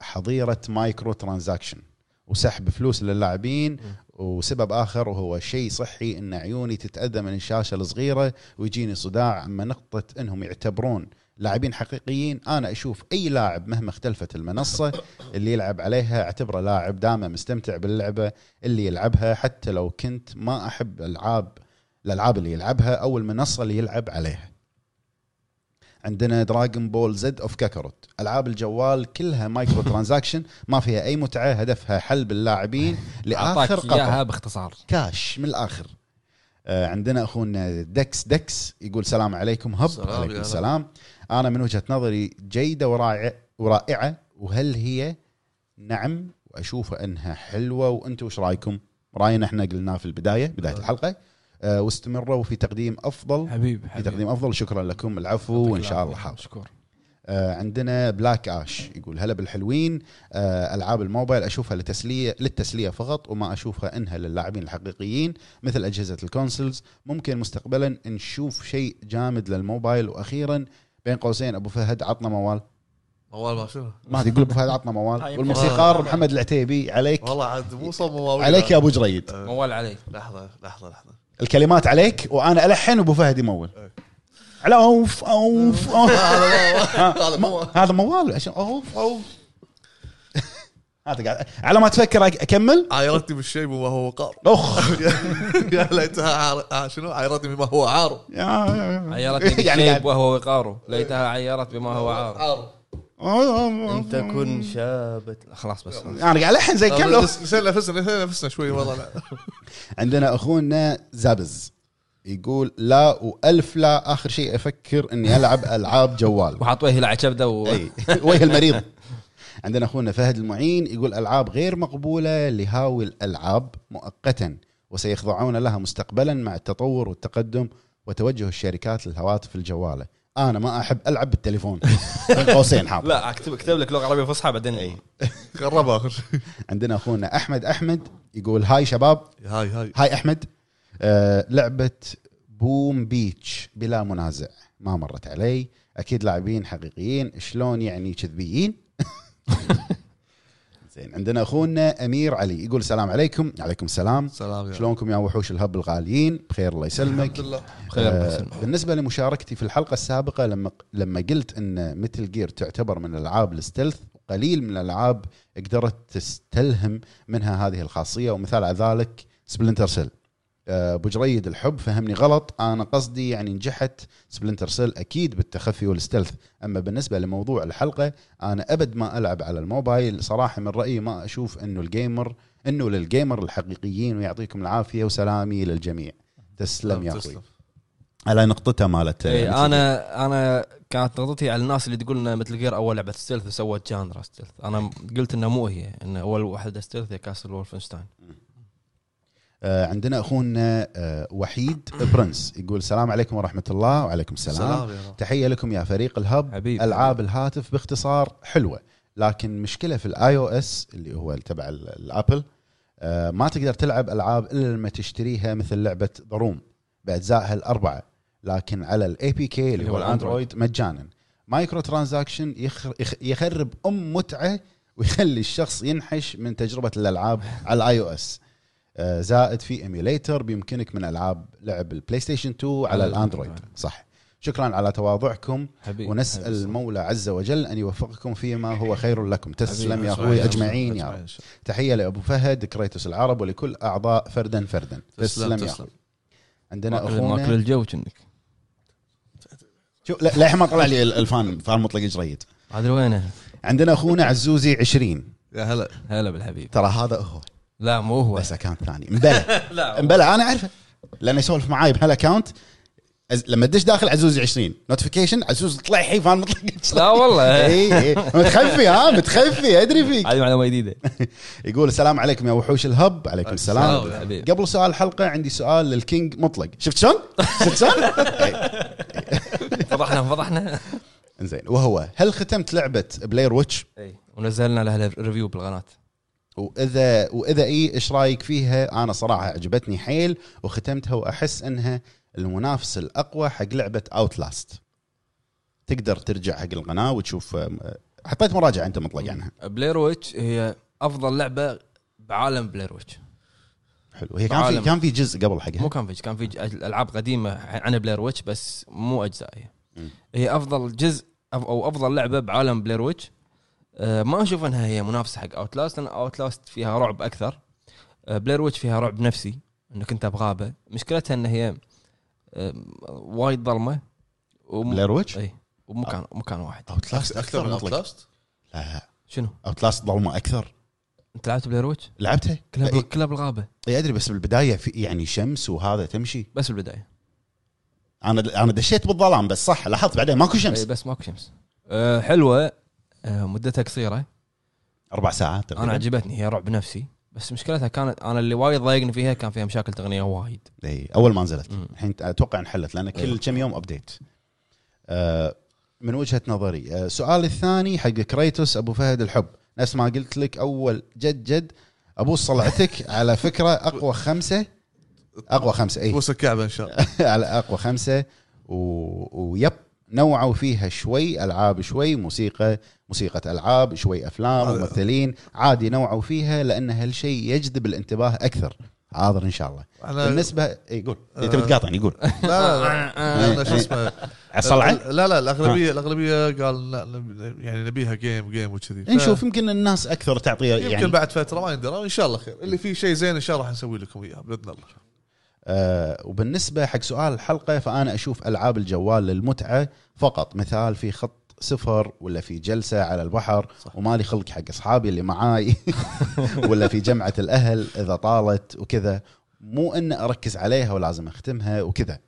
C: حظيره مايكرو ترانزاكشن وسحب فلوس للاعبين وسبب اخر وهو شيء صحي ان عيوني تتاذى من الشاشه الصغيره ويجيني صداع اما نقطه انهم يعتبرون لاعبين حقيقيين انا اشوف اي لاعب مهما اختلفت المنصه اللي يلعب عليها اعتبره لاعب دامه مستمتع باللعبه اللي يلعبها حتى لو كنت ما احب العاب الالعاب اللي يلعبها او المنصه اللي يلعب عليها عندنا دراغون بول زد اوف كاكاروت العاب الجوال كلها مايكرو ترانزاكشن ما فيها اي متعه هدفها حلب اللاعبين
A: اعطاك
C: لاخر قطر
A: اياها باختصار
C: كاش من الاخر آه، عندنا اخونا دكس دكس يقول السلام عليكم هب
B: السلام يا
C: عليكم
B: هلا.
C: السلام انا من وجهه نظري جيده ورائعه ورائعه وهل هي نعم واشوف انها حلوه وانتم وش رايكم؟ راينا احنا قلناه في البدايه بدايه الحلقه آه، واستمروا في تقديم افضل
A: حبيب
C: في
A: حبيب
C: تقديم افضل شكرا لكم العفو وان شاء الله حاضر
A: شكور
C: آه، عندنا بلاك اش يقول هلا بالحلوين آه، العاب الموبايل اشوفها لتسليه للتسليه فقط وما اشوفها انها للاعبين الحقيقيين مثل اجهزه الكونسلز ممكن مستقبلا نشوف شيء جامد للموبايل واخيرا بين قوسين ابو فهد عطنا موال
B: موال ما شنو
C: ما ادري يقول ابو فهد عطنا
D: هاي
C: موال
D: يمكن.
C: والموسيقار محمد العتيبي عليك
B: والله عاد مو صوب مواويل
C: عليك يا ابو جريد
A: موال علي
C: أه.
B: لحظه لحظه لحظه
C: الكلمات عليك وانا الحن وابو فهد يمول على اوف اوف أوف.
B: هذا مو
C: هذا موال عشان اوف اوف هذا قاعد على ما تفكر أك- اكمل
B: عايرتني بالشيب وما هو وقار
C: اخ
B: يا ليتها عار... آه، شنو عايرتني بما هو عار
C: يا- يا-
A: عيرتني
C: يعني
A: بالشيب
C: قاعد- أه.
A: وهو وقاره ليتها عيرت بما هو عار
B: عار
A: انت كن شابت خلاص بس
C: انا قاعد الحن زي
B: نسينا
C: كمل
B: نفسنا نسينا نفسنا شوي والله لا.
C: عندنا اخونا زابز يقول لا والف لا اخر شيء افكر اني العب العاب جوال
A: وحاطوه هنا على كبده و...
C: اي وجه المريض عندنا اخونا فهد المعين يقول العاب غير مقبوله لهاوي الالعاب مؤقتا وسيخضعون لها مستقبلا مع التطور والتقدم وتوجه الشركات للهواتف الجواله انا ما احب العب بالتليفون بين قوسين حاط
A: لا اكتب اكتب لك لغه عربيه فصحى بعدين
C: إيه.
A: اي
B: قرب اخر شيء
C: عندنا اخونا احمد احمد يقول هاي شباب
B: هاي هاي
C: هاي احمد آه لعبه بوم بيتش بلا منازع ما مرت علي اكيد لاعبين حقيقيين شلون يعني كذبيين زين عندنا اخونا امير علي يقول السلام عليكم عليكم السلام
B: سلام يا
C: شلونكم يا وحوش الهب الغاليين بخير الله يسلمك
B: الحمد لله
A: خير
C: آه،
A: بس.
C: بالنسبه لمشاركتي في الحلقه السابقه لما لما قلت ان مثل جير تعتبر من الالعاب الستلث قليل من الالعاب قدرت تستلهم منها هذه الخاصيه ومثال على ذلك سبلنتر سيل ابو جريد الحب فهمني غلط انا قصدي يعني نجحت سبلنتر سيل اكيد بالتخفي والستلث اما بالنسبه لموضوع الحلقه انا ابد ما العب على الموبايل صراحه من رايي ما اشوف انه الجيمر انه للجيمر الحقيقيين ويعطيكم العافيه وسلامي للجميع تسلم يا اخوي
B: تسلم.
C: على نقطتها مالت
A: إي،
C: يعني
A: انا انا إيه، كانت نقطتي على الناس اللي تقول ان مثل جير اول لعبه ستيلث وسوت جانرا ستيلث انا
C: إيه.
A: قلت انه مو هي ان اول واحده ستيلث هي كاسل وولفنشتاين
C: آه، عندنا اخونا آه، وحيد برنس يقول السلام عليكم ورحمه الله وعليكم السلام
B: سلام يا رب.
C: تحيه لكم يا فريق الهب
A: حبيبي
C: العاب الهاتف باختصار حلوه لكن مشكله في الاي او اس اللي هو تبع ال- الابل آه، ما تقدر تلعب العاب الا لما تشتريها مثل لعبه ضروم باجزائها الاربعه لكن على الاي بي كي اللي هو الاندرويد مجانا مايكرو ترانزاكشن يخر- يخ- يخرب ام متعه ويخلي الشخص ينحش من تجربه الالعاب على الاي او اس زائد في ايميليتر بيمكنك من العاب لعب البلاي ستيشن 2 على
A: على
C: الاندرويد
A: الأندرويد.
C: صح شكرا على تواضعكم
A: حبيبي
C: ونسال
A: حبيبي.
C: المولى عز وجل ان يوفقكم فيما هو خير لكم تسلم
A: حبيبي.
C: يا
B: أجمعين.
C: اخوي اجمعين يا رب
B: إن شاء الله.
C: تحيه لابو فهد كريتوس العرب ولكل اعضاء فردا فردا
B: تسلم،
C: تسلم يا
B: تسلم.
C: اخوي عندنا
A: ماكل
C: اخونا
A: الجو كأنك
C: شو لا للحين ما طلع لي ال- الفان فان مطلق جريد
A: عاد وينه؟
C: عندنا اخونا عزوزي 20
B: يا هلا
A: هلا بالحبيب
C: ترى هذا هو
A: لا مو هو
C: بس اكونت ثاني مبلى
A: لا
C: مبلى انا اعرفه لانه يسولف معاي بهالاكونت أز- لما تدش داخل عزوز 20 نوتيفيكيشن عزوز طلع حي فان مطلق
A: لا والله
C: اي إي. إيه. متخفي ها متخفي ادري فيك
A: هذه معلومه جديده
C: يقول السلام عليكم يا وحوش الهب عليكم
A: آه،
C: السلام
B: السلام.
A: حبيبي
C: قبل سؤال الحلقه عندي سؤال للكينج مطلق شفت شلون؟ شفت شلون؟ إيه. إي.
A: فضحنا فضحنا
C: انزين وهو هل ختمت لعبه بلاير ويتش؟
A: اي إيه. ونزلنا لها ريفيو بالقناه
C: واذا واذا اي ايش رايك إيه، فيها؟ انا صراحه عجبتني حيل وختمتها واحس انها المنافس الاقوى حق لعبه اوتلاست. تقدر ترجع حق القناه وتشوف آم، آه، حطيت مراجعه انت مطلق عنها
A: بلاير ويتش هي افضل لعبه بعالم بلاير ويتش
C: حلو هي كان في
A: عالم.
C: كان في جزء قبل حقها
A: مو كان في كان في ج- العاب قديمه عن بلاير ويتش بس مو اجزائيه
C: مم.
A: هي افضل جزء أف- او افضل لعبه بعالم بلاير ويتش آه، ما اشوف انها هي منافسه حق اوتلاست لان اوتلاست فيها رعب اكثر آه، بلاير ويتش فيها رعب نفسي انك انت بغابه مشكلتها ان هي آه، وايد ظلمه وم-
C: بلاير ويتش؟ آه.
A: اي ومكان مكان واحد
C: اوتلاست
B: اكثر من اوتلاست
C: لا
A: شنو
C: اوتلاست ظلمه اكثر
A: انت لعبت بلاير ويتش
C: لعبتها؟
A: كلها
C: إي.
A: بال- كلها بالغابه
C: اي ادري إيه، بس بالبدايه في يعني شمس وهذا تمشي
A: بس بالبدايه
C: انا انا دشيت بالظلام بس صح لاحظت بعدين ماكو
A: اي
C: شمس
A: بس ماكو شمس آه، حلوه آه، مدتها قصيره
C: اربع ساعات
A: انا عجبتني هي رعب نفسي بس مشكلتها كانت انا اللي وايد ضايقني فيها كان فيها مشاكل تقنيه وايد
C: اي اول إيه، ما نزلت
A: مم.
C: الحين اتوقع انحلت لان كل
A: أيوة.
C: كم يوم ابديت آه، من وجهه نظري آه، سؤال الثاني حق كريتوس ابو فهد الحب نفس ما قلت لك اول جد جد ابوس صلعتك على فكره اقوى خمسه اقوى خمسه اي
B: بوس الكعبه ان شاء الله
C: على اقوى خمسه و... ويب نوعوا فيها شوي العاب شوي موسيقى موسيقى العاب شوي افلام
B: هذا-
C: ممثلين عادي نوعوا فيها لان هالشيء يجذب الانتباه اكثر حاضر ان شاء الله
B: انا
C: بالنسبه اي قول انت
B: آه.
C: بتقاطعني قول
B: لا لا لا أنا
C: إيه.
B: شو اسمه
C: على الصلعه
B: لا لا
C: آه.
B: الاغلبيه الاغلبيه قال لا نب- يعني نبيها جيم جيم وكذي ف-
C: نشوف يمكن الناس اكثر تعطيه
B: يمكن
C: إيه، يعني
B: بعد فتره ما يندرى ان شاء الله خير اللي فيه شيء زين ان شاء الله راح نسوي لكم اياه باذن الله
C: آه وبالنسبه حق سؤال الحلقه فانا اشوف العاب الجوال للمتعه فقط مثال في خط سفر ولا في جلسه على البحر
B: صح.
C: ومالي خلق حق اصحابي اللي معاي ولا في جمعه الاهل اذا طالت وكذا مو ان اركز عليها ولازم اختمها وكذا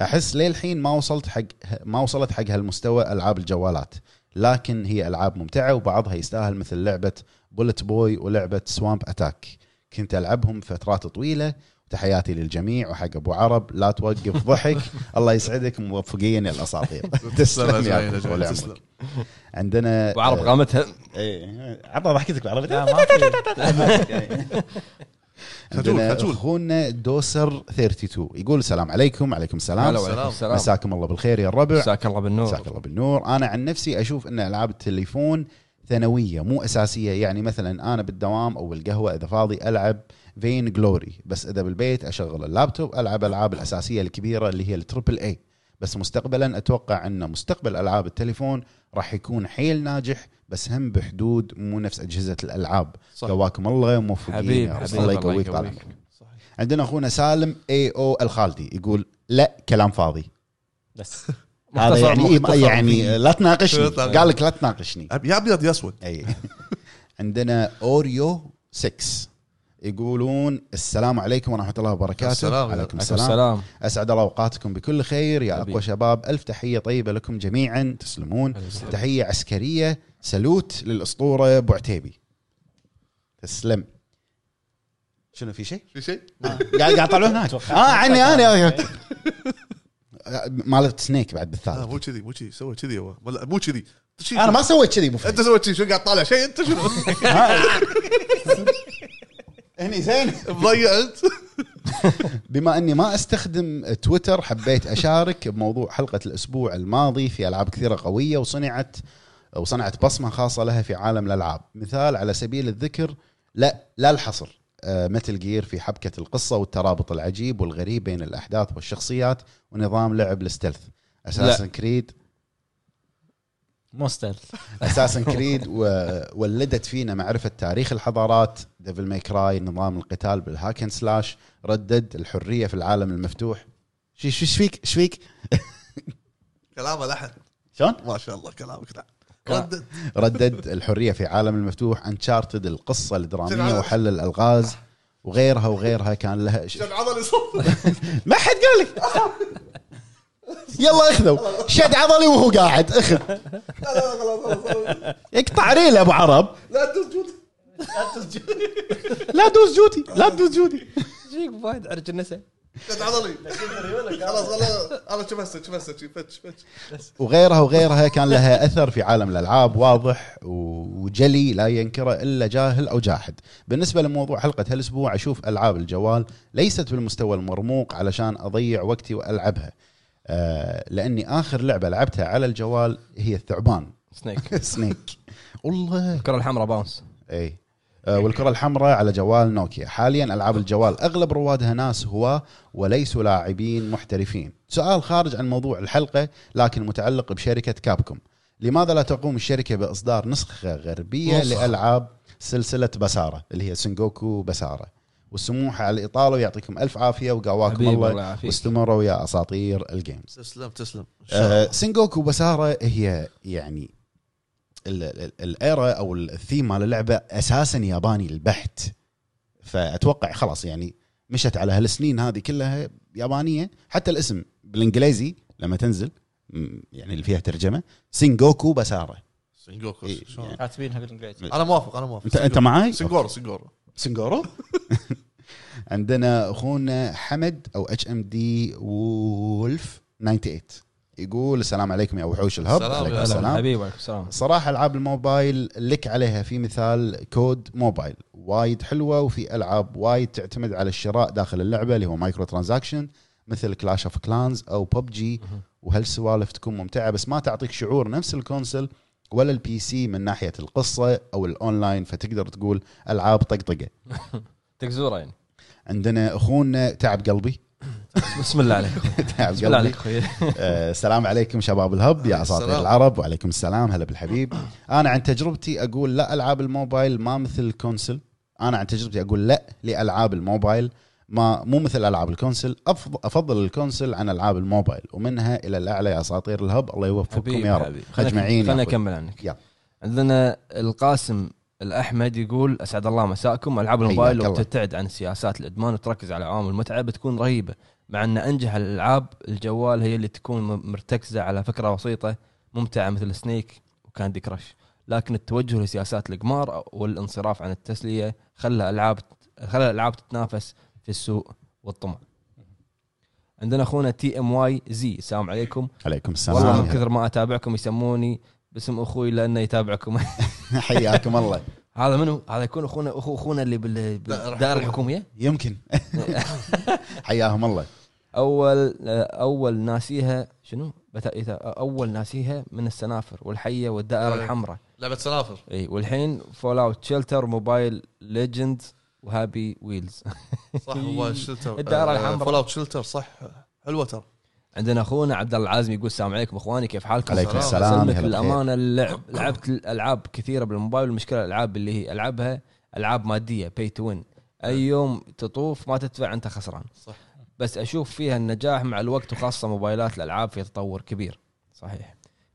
C: احس للحين ما وصلت حق ما وصلت حق هالمستوى العاب الجوالات لكن هي العاب ممتعه وبعضها يستاهل مثل لعبه بولت بوي ولعبه سوامب اتاك كنت العبهم فترات طويله تحياتي للجميع وحق ابو عرب لا توقف ضحك الله يسعدك موفقين الاساطير تسلم يا
B: أجمعين،
C: أبو
B: أجمعين،
C: طول
B: تسلم.
C: عمرك. عندنا
A: ابو عرب قامتها
C: ايه عطنا ضحكتك بعربي
D: لا ما في
C: عندنا
B: خجول.
C: اخونا دوسر 32 يقول السلام عليكم عليكم السلام
B: وعليكم
A: السلام مساك,
C: مساكم الله بالخير يا الربع
A: الله بالنور
C: مساك الله بالنور انا عن نفسي اشوف ان العاب التليفون ثانويه مو اساسيه يعني مثلا انا بالدوام او بالقهوه اذا فاضي العب فين جلوري بس اذا بالبيت اشغل اللابتوب العب العاب الاساسيه الكبيره اللي هي التربل اي بس مستقبلا اتوقع ان مستقبل العاب التليفون راح يكون حيل ناجح بس هم بحدود مو نفس اجهزه الالعاب
B: صح.
C: قواكم الله موفقين
A: حبيب
C: يا رب.
A: حبيب
C: الله يقويك طال عمرك.
B: صحيح.
C: عندنا اخونا سالم اي او الخالدي يقول لا كلام فاضي
D: بس
C: هذا
A: مختصر-
C: يعني إيه
A: مختصر
C: يعني لا تناقشني
B: لا تناقشني.
C: قال لك لا تناقشني
B: أب- يا ابيض يا اسود
C: اي عندنا اوريو 6 يقولون السلام عليكم ورحمه الله وبركاته
B: السلام.
C: عليكم
A: عليكم
C: السلام
A: السلام
C: اسعد الله اوقاتكم بكل خير يا
A: حبيبي.
C: اقوى شباب الف تحيه طيبه لكم جميعا تسلمون
A: السلام.
C: تحيه عسكريه سلوت للاسطوره ابو عتيبي تسلم شنو في شيء؟
B: في شيء؟
C: قاعد قاعد طلعوا هناك اه عني انا مالت سنيك بعد
B: لا
C: بالثالث
B: مو كذي مو كذي سوى كذي هو ولا مو كذي شي-
C: انا ما سويت كذي ابو فهد.
B: انت سويت شيء شو قاعد طالع شيء انت شنو
C: هني زين
B: مضيع انت
C: بما اني ما استخدم تويتر حبيت اشارك بموضوع حلقه الاسبوع الماضي في العاب كثيره قويه وصنعت وصنعت بصمه خاصه لها في عالم الالعاب مثال على سبيل الذكر لا لا الحصر متل جير في حبكه القصه والترابط العجيب والغريب بين الاحداث والشخصيات ونظام لعب الستلث اساسا كريد
D: مونستر
C: اساسن كريد وولدت فينا معرفه تاريخ الحضارات ديفل ماي كراي نظام القتال بالهاكن سلاش ردد الحريه في العالم المفتوح شو شو شفيك شفيك
B: كلامه لحن
C: شلون
B: ما شاء الله كلامك لحن
A: كلام.
B: ردد
C: ردد الحريه في عالم المفتوح انشارتد القصه الدراميه وحل الالغاز وغيرها وغيرها كان لها ش...
B: جمع عضلي صوت
C: ما حد قال لك يلا اخذوا شد عضلي وهو قاعد اخذ
B: لا لا لا، خلاص خلاص، خلاص.
C: اقطع ريله ابو عرب
B: لا تسجد
C: لا تدوس جودي لا تدوس جودي
A: شيك فايد عرج النسا
B: جد عضلي خلاص خلاص انا شوف هسه شوف هسه شوف فتش فتش
C: وغيرها وغيرها كان لها اثر في عالم الالعاب واضح و- وجلي لا ينكره الا جاهل او جاحد. بالنسبه لموضوع حلقه هالاسبوع اشوف العاب الجوال ليست بالمستوى المرموق علشان اضيع وقتي والعبها. آه لاني اخر لعبه لعبتها على الجوال هي الثعبان
A: سنيك
C: سنيك. والله
A: الكره الحمراء باونس
C: اي آه، والكرة الحمراء على جوال نوكيا حاليا ألعاب الجوال أغلب روادها ناس هواة وليسوا لاعبين محترفين سؤال خارج عن موضوع الحلقة لكن متعلق بشركة كابكوم لماذا لا تقوم الشركة بإصدار نسخة غربية
A: نسخة.
C: لألعاب سلسلة بسارة اللي هي سنجوكو بسارة والسموحة على الإطالة ويعطيكم ألف عافية وقواكم
A: حبيبي
C: الله
A: الله يعافيك
C: واستمروا يا أساطير الجيم
B: تسلم تسلم
C: آه، سنجوكو بسارة هي يعني ال- ال- الايرا او الثيم مال اللعبه اساسا ياباني البحت فاتوقع خلاص يعني مشت على هالسنين هذه كلها يابانيه حتى الاسم بالانجليزي لما تنزل م- يعني اللي فيها ترجمه سنجوكو بساره
B: سنجوكو
C: إيه،
B: شلون؟
C: يعني.
D: كاتبينها بالانجليزي
B: انا موافق انا موافق
C: انت انت معاي؟
B: سنجورو سنجورو
C: سنجورو عندنا اخونا حمد او اتش ام دي وولف 98 يقول السلام عليكم يا وحوش الهب
B: السلام
C: عليكم
B: يا
C: السلام
A: حبيبي وعليكم السلام
C: صراحة ألعاب الموبايل لك عليها في مثال كود موبايل وايد حلوة وفي ألعاب وايد تعتمد على الشراء داخل اللعبة اللي هو مايكرو ترانزاكشن مثل كلاش اوف كلانز أو ببجي وهالسوالف تكون ممتعة بس ما تعطيك شعور نفس الكونسل ولا البي سي من ناحية القصة أو الأونلاين فتقدر تقول ألعاب طقطقة
A: تكزوره يعني
C: عندنا أخونا تعب قلبي
A: بسم الله عليك
C: تعب
A: بسم الله
C: قلبي
A: عليك اخوي
C: آه، السلام عليكم شباب الهب يا اساطير
B: السلام.
C: العرب وعليكم السلام هلا بالحبيب انا عن تجربتي اقول لا العاب الموبايل ما مثل الكونسل انا عن تجربتي اقول لا لالعاب الموبايل ما مو مثل العاب الكونسل أفض- افضل الكونسل عن العاب الموبايل ومنها الى الاعلى يا اساطير الهب الله يوفقكم
A: حبيبي
C: يا رب
A: حبيبي خلنا-
C: اجمعين يا
A: خلنا
C: أخوي.
A: اكمل عنك
C: يلا.
A: عندنا القاسم الاحمد يقول اسعد الله مساكم العاب الموبايل لو
C: حياك الله.
A: تبتعد عن سياسات الادمان وتركز على عوامل المتعه بتكون رهيبه مع ان انجح الالعاب الجوال هي اللي تكون م- مرتكزه على فكره بسيطه ممتعه مثل سنيك وكاندي كراش لكن التوجه لسياسات القمار والانصراف عن التسليه خلى العاب خلى الالعاب تتنافس في السوق والطمع عندنا اخونا تي ام واي زي السلام عليكم
C: عليكم السلام
A: والله من كثر ما اتابعكم يسموني باسم اخوي لانه يتابعكم
C: حياكم الله
A: هذا منو هذا يكون اخونا اخو اخونا اللي بال-
B: دائرة
A: بالدائره الحكوميه
C: يمكن حياهم الله
A: اول اول ناسيها شنو بتا... إذا- اول ناسيها من السنافر والحيه والدائره
B: أي.
A: الحمراء
B: لعبه سنافر
A: اي والحين فول اوت شيلتر موبايل ليجند وهابي ويلز
B: صح هو شلتر
A: الدائرة الحمراء.
B: فول اوت شلتر صح حلوه ترى
A: عندنا اخونا عبد الله العازمي يقول السلام عليكم اخواني كيف حالكم؟
C: عليكم
B: السلام.
C: السلام
A: سلمك
C: يا هلا بخير.
A: للامانه اللعب لعبت العاب كثيره بالموبايل والمشكله الالعاب اللي هي العبها العاب ماديه باي تو وين اي يوم تطوف ما تدفع انت خسران
B: صح.
A: بس اشوف فيها النجاح مع الوقت وخاصه موبايلات الالعاب في تطور كبير صحيح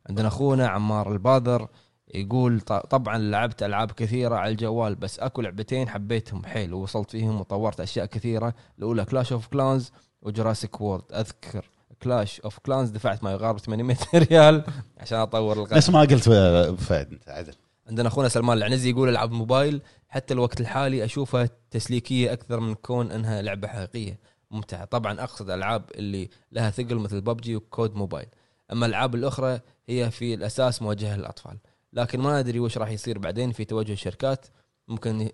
A: عندنا اخونا عمار البادر يقول ط- طبعا لعبت العاب كثيره على الجوال بس اكو لعبتين حبيتهم حيل ووصلت فيهم وطورت اشياء كثيره الاولى كلاش اوف كلانز وجراسيك وورد اذكر كلاش اوف كلانز دفعت ما يقارب 800 ريال عشان اطور القناه
C: نفس ما قلت آه، فهد أنت عدل
A: عندنا اخونا سلمان العنزي يقول العاب موبايل حتى الوقت الحالي اشوفها تسليكيه اكثر من كون انها لعبه حقيقيه ممتعه طبعا اقصد العاب اللي لها ثقل مثل ببجي وكود موبايل اما الالعاب الاخرى هي في الاساس موجهه للاطفال لكن ما ادري وش راح يصير بعدين في توجه الشركات ممكن ي-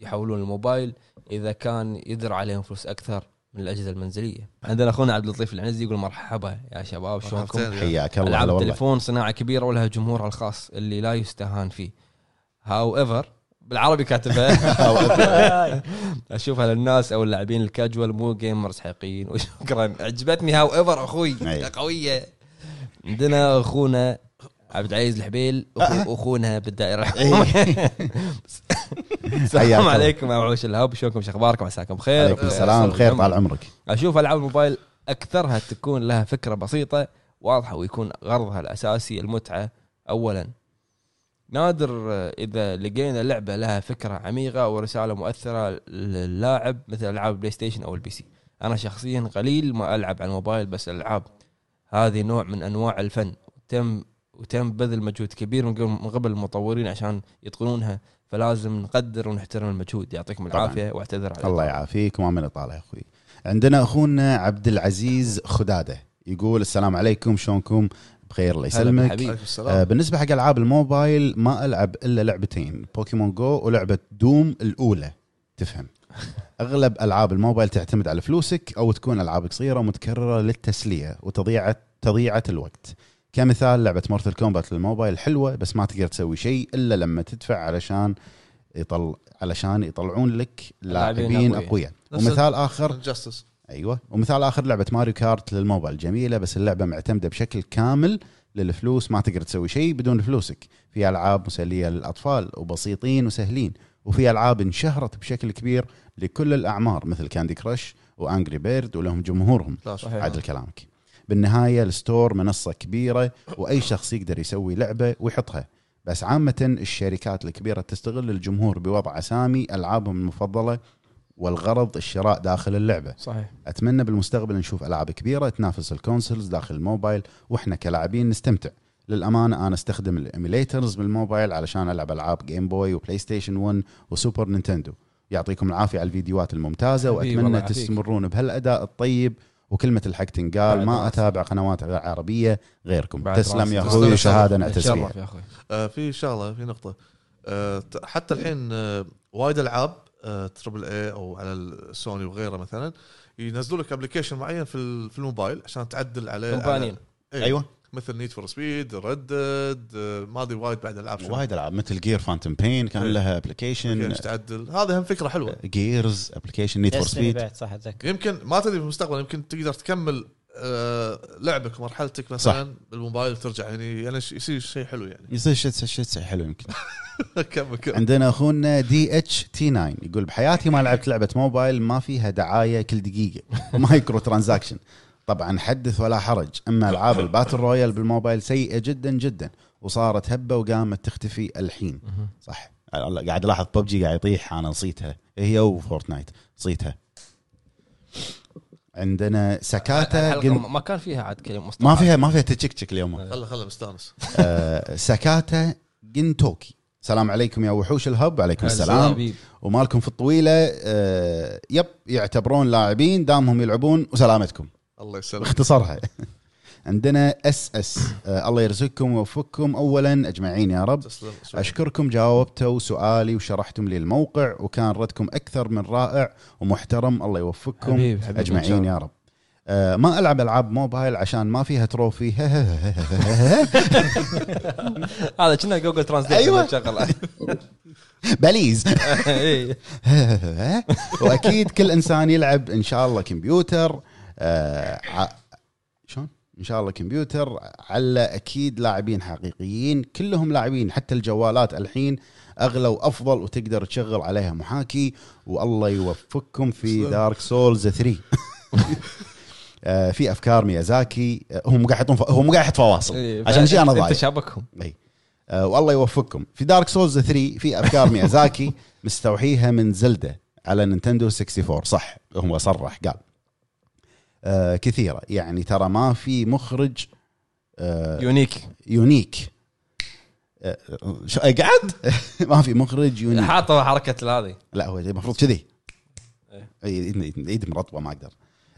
A: يحولون الموبايل اذا كان يدر عليهم فلوس اكثر من الاجهزه المنزليه عندنا اخونا عبد اللطيف العنزي يقول مرحبا يا شباب شلونكم
B: مرحبتين.
C: حياك الله
A: العاب
C: هلا والله
A: التليفون صناعه كبيره ولها جمهورها الخاص اللي لا يستهان فيه هاو ايفر بالعربي كاتبها
D: آه،
A: اشوفها للناس او اللاعبين الكاجوال مو جيمرز حقيقيين وشكرا عجبتني هاو ايفر اخوي
C: أي.
A: يا قويه عندنا اخونا عبد العزيز الحبيل أخو اخونا بالدائره
C: حياك
A: السلام
C: الله.
A: عليكم يا وحوش الهب شلونكم شو اخباركم عساكم بخير
C: عليكم السلام بخير طال عمرك
A: اشوف العاب الموبايل اكثرها تكون لها فكره بسيطه واضحه ويكون غرضها الاساسي المتعه اولا نادر آه، اذا لقينا لعبه لها فكره عميقه ورساله مؤثره للاعب مثل العاب البلاي ستيشن او البي سي انا شخصيا قليل ما العب على الموبايل بس الالعاب هذه نوع من انواع الفن وتم وتم بذل مجهود كبير من قبل- من قبل المطورين عشان يتقنونها فلازم نقدر ونحترم المجهود يعطيكم
C: طبعاً.
A: العافيه واعتذر على
C: الله
A: الإطالة.
C: يعافيك وما من اطاله يا اخوي عندنا اخونا عبد العزيز خداده يقول السلام عليكم شلونكم بخير الله
A: هلا
C: يسلمك
A: بالحبيب.
B: عليكم
C: آه،
B: السلام
C: بالنسبه حق العاب الموبايل ما العب الا لعبتين بوكيمون جو ولعبه دوم الاولى تفهم اغلب العاب الموبايل تعتمد على فلوسك او تكون العاب قصيره ومتكرره للتسليه وتضيعه تضيعه الوقت كمثال لعبه مورتل كومبات للموبايل حلوه بس ما تقدر تسوي شيء الا لما تدفع علشان يطل علشان يطلعون لك
A: لاعبين
C: لاعبين
A: أقوياء.
C: اقوياء
B: نفس
C: ومثال اخر
B: انجستس
C: ايوه ومثال اخر لعبه ماريو كارت للموبايل جميله بس اللعبه معتمده بشكل كامل للفلوس ما تقدر تسوي شيء بدون فلوسك في العاب مسليه للاطفال وبسيطين وسهلين وفي العاب انشهرت بشكل كبير لكل الاعمار مثل كاندي كراش وانجري بيرد ولهم جمهورهم
B: كلاش
A: صحيح.
C: عدل كلامك بالنهايه الستور منصه كبيره واي شخص يقدر يسوي لعبه ويحطها بس عامه الشركات الكبيره تستغل الجمهور بوضع اسامي العابهم المفضله والغرض الشراء داخل اللعبه
A: صحيح
C: اتمنى بالمستقبل نشوف العاب كبيره تنافس الكونسولز داخل الموبايل واحنا كلاعبين نستمتع للامانه انا استخدم الايميليترز بالموبايل علشان العب العاب جيم بوي وبلاي ستيشن 1 وسوبر نينتندو يعطيكم العافيه على الفيديوهات الممتازه
A: حبيبي، الله
C: واتمنى
A: يعافيك.
C: تستمرون بهالاداء الطيب وكلمه الحق تنقال
A: بعد
C: ما
A: راسك.
C: اتابع قنوات عربيه غيركم
A: بعد
C: تسلم
A: راسك.
C: يا
B: تسلم.
C: اخوي شهاده نعتز فيها
A: تشرف يا اخوي
B: آه، في شغله في نقطه آه، ت- حتى الحين آه، وايد العاب آه، تربل اي او على السوني وغيره مثلا ينزلوا لك ابلكيشن معين في ال- في الموبايل عشان تعدل عليه
A: مبانين
B: على- إيه،
C: ايوه
B: مثل نيد فور سبيد ردد آه، ما ادري وايد بعد العاب شنو.
C: وايد العاب مثل جير فانتوم بين كان
B: إيه.
C: لها
B: يمكن
C: ابلكيشن
B: تعدل هذا هم فكره حلوه
C: إيه. جيرز ابلكيشن نيد فور
D: Destiny
C: سبيد
D: بعد صح اتذكر
B: يمكن ما تدري في المستقبل يمكن تقدر تكمل آه، لعبك ومرحلتك مثلا بالموبايل ترجع هني يعني ش- يصير شيء حلو يعني
C: يصير شيء شيء شيء حلو يمكن
B: كمل كمل
C: عندنا اخونا دي اتش تي 9 يقول بحياتي ما لعبت لعبه موبايل ما فيها دعايه كل دقيقه ومايكرو ترانزاكشن طبعا حدث ولا حرج اما العاب الباتل رويال بالموبايل سيئه جدا جدا وصارت هبه وقامت تختفي الحين صح قاعد الاحظ ببجي قاعد يطيح انا نسيتها إيه هي وفورتنايت نسيتها عندنا سكاتا
A: الحلقة
C: قل...
A: ما- ما كان فيها عاد كلمه
C: ما فيها ما فيها تشكشك اليوم
B: خله خله مستانس
C: آه، سكاتا جنتوكي سلام عليكم يا وحوش الهب عليكم السلام
E: حبيب.
C: ومالكم في الطويله آه، يب يعتبرون لاعبين دامهم يلعبون وسلامتكم
B: الله يسلمك
C: باختصارها عندنا اس اس الله يرزقكم ويوفقكم اولا اجمعين يا رب
B: تسلم
C: اشكركم جاوبتوا سؤالي وشرحتم لي الموقع وكان ردكم اكثر من رائع ومحترم الله يوفقكم
E: حبيب، حبيب إن شاء
C: اجمعين
E: الله.
C: يا رب آه، ما العب العاب موبايل عشان ما فيها تروفي
A: هذا كنا جوجل ترانزليت
C: أيوة.
A: شغله
C: بليز
A: إي.
C: واكيد كل انسان يلعب ان شاء الله كمبيوتر آه، ع- شلون؟ ان شاء الله كمبيوتر على اكيد لاعبين حقيقيين كلهم لاعبين حتى الجوالات الحين اغلى وافضل وتقدر تشغل عليها محاكي والله يوفقكم في
B: سلام.
C: دارك سولز 3 آه، في افكار ميازاكي آه، هم قاعد يحطون ف- هم قاعد يحط فواصل
A: إي.
C: عشان شي انا ضايع
A: انت شابكهم
C: اي آه، والله يوفقكم في دارك سولز 3 في افكار ميازاكي مستوحيها من زلدة على نينتندو 64 صح هو صرح قال آه كثيره يعني ترى ما في مخرج آه
A: يونيك
C: يونيك آه، شو- قعد ما في مخرج يونيك
A: حاطوا حركه هذه
C: لا هو المفروض كذي
A: إيه.
C: ايد إيد- إيد مرطبه ما اقدر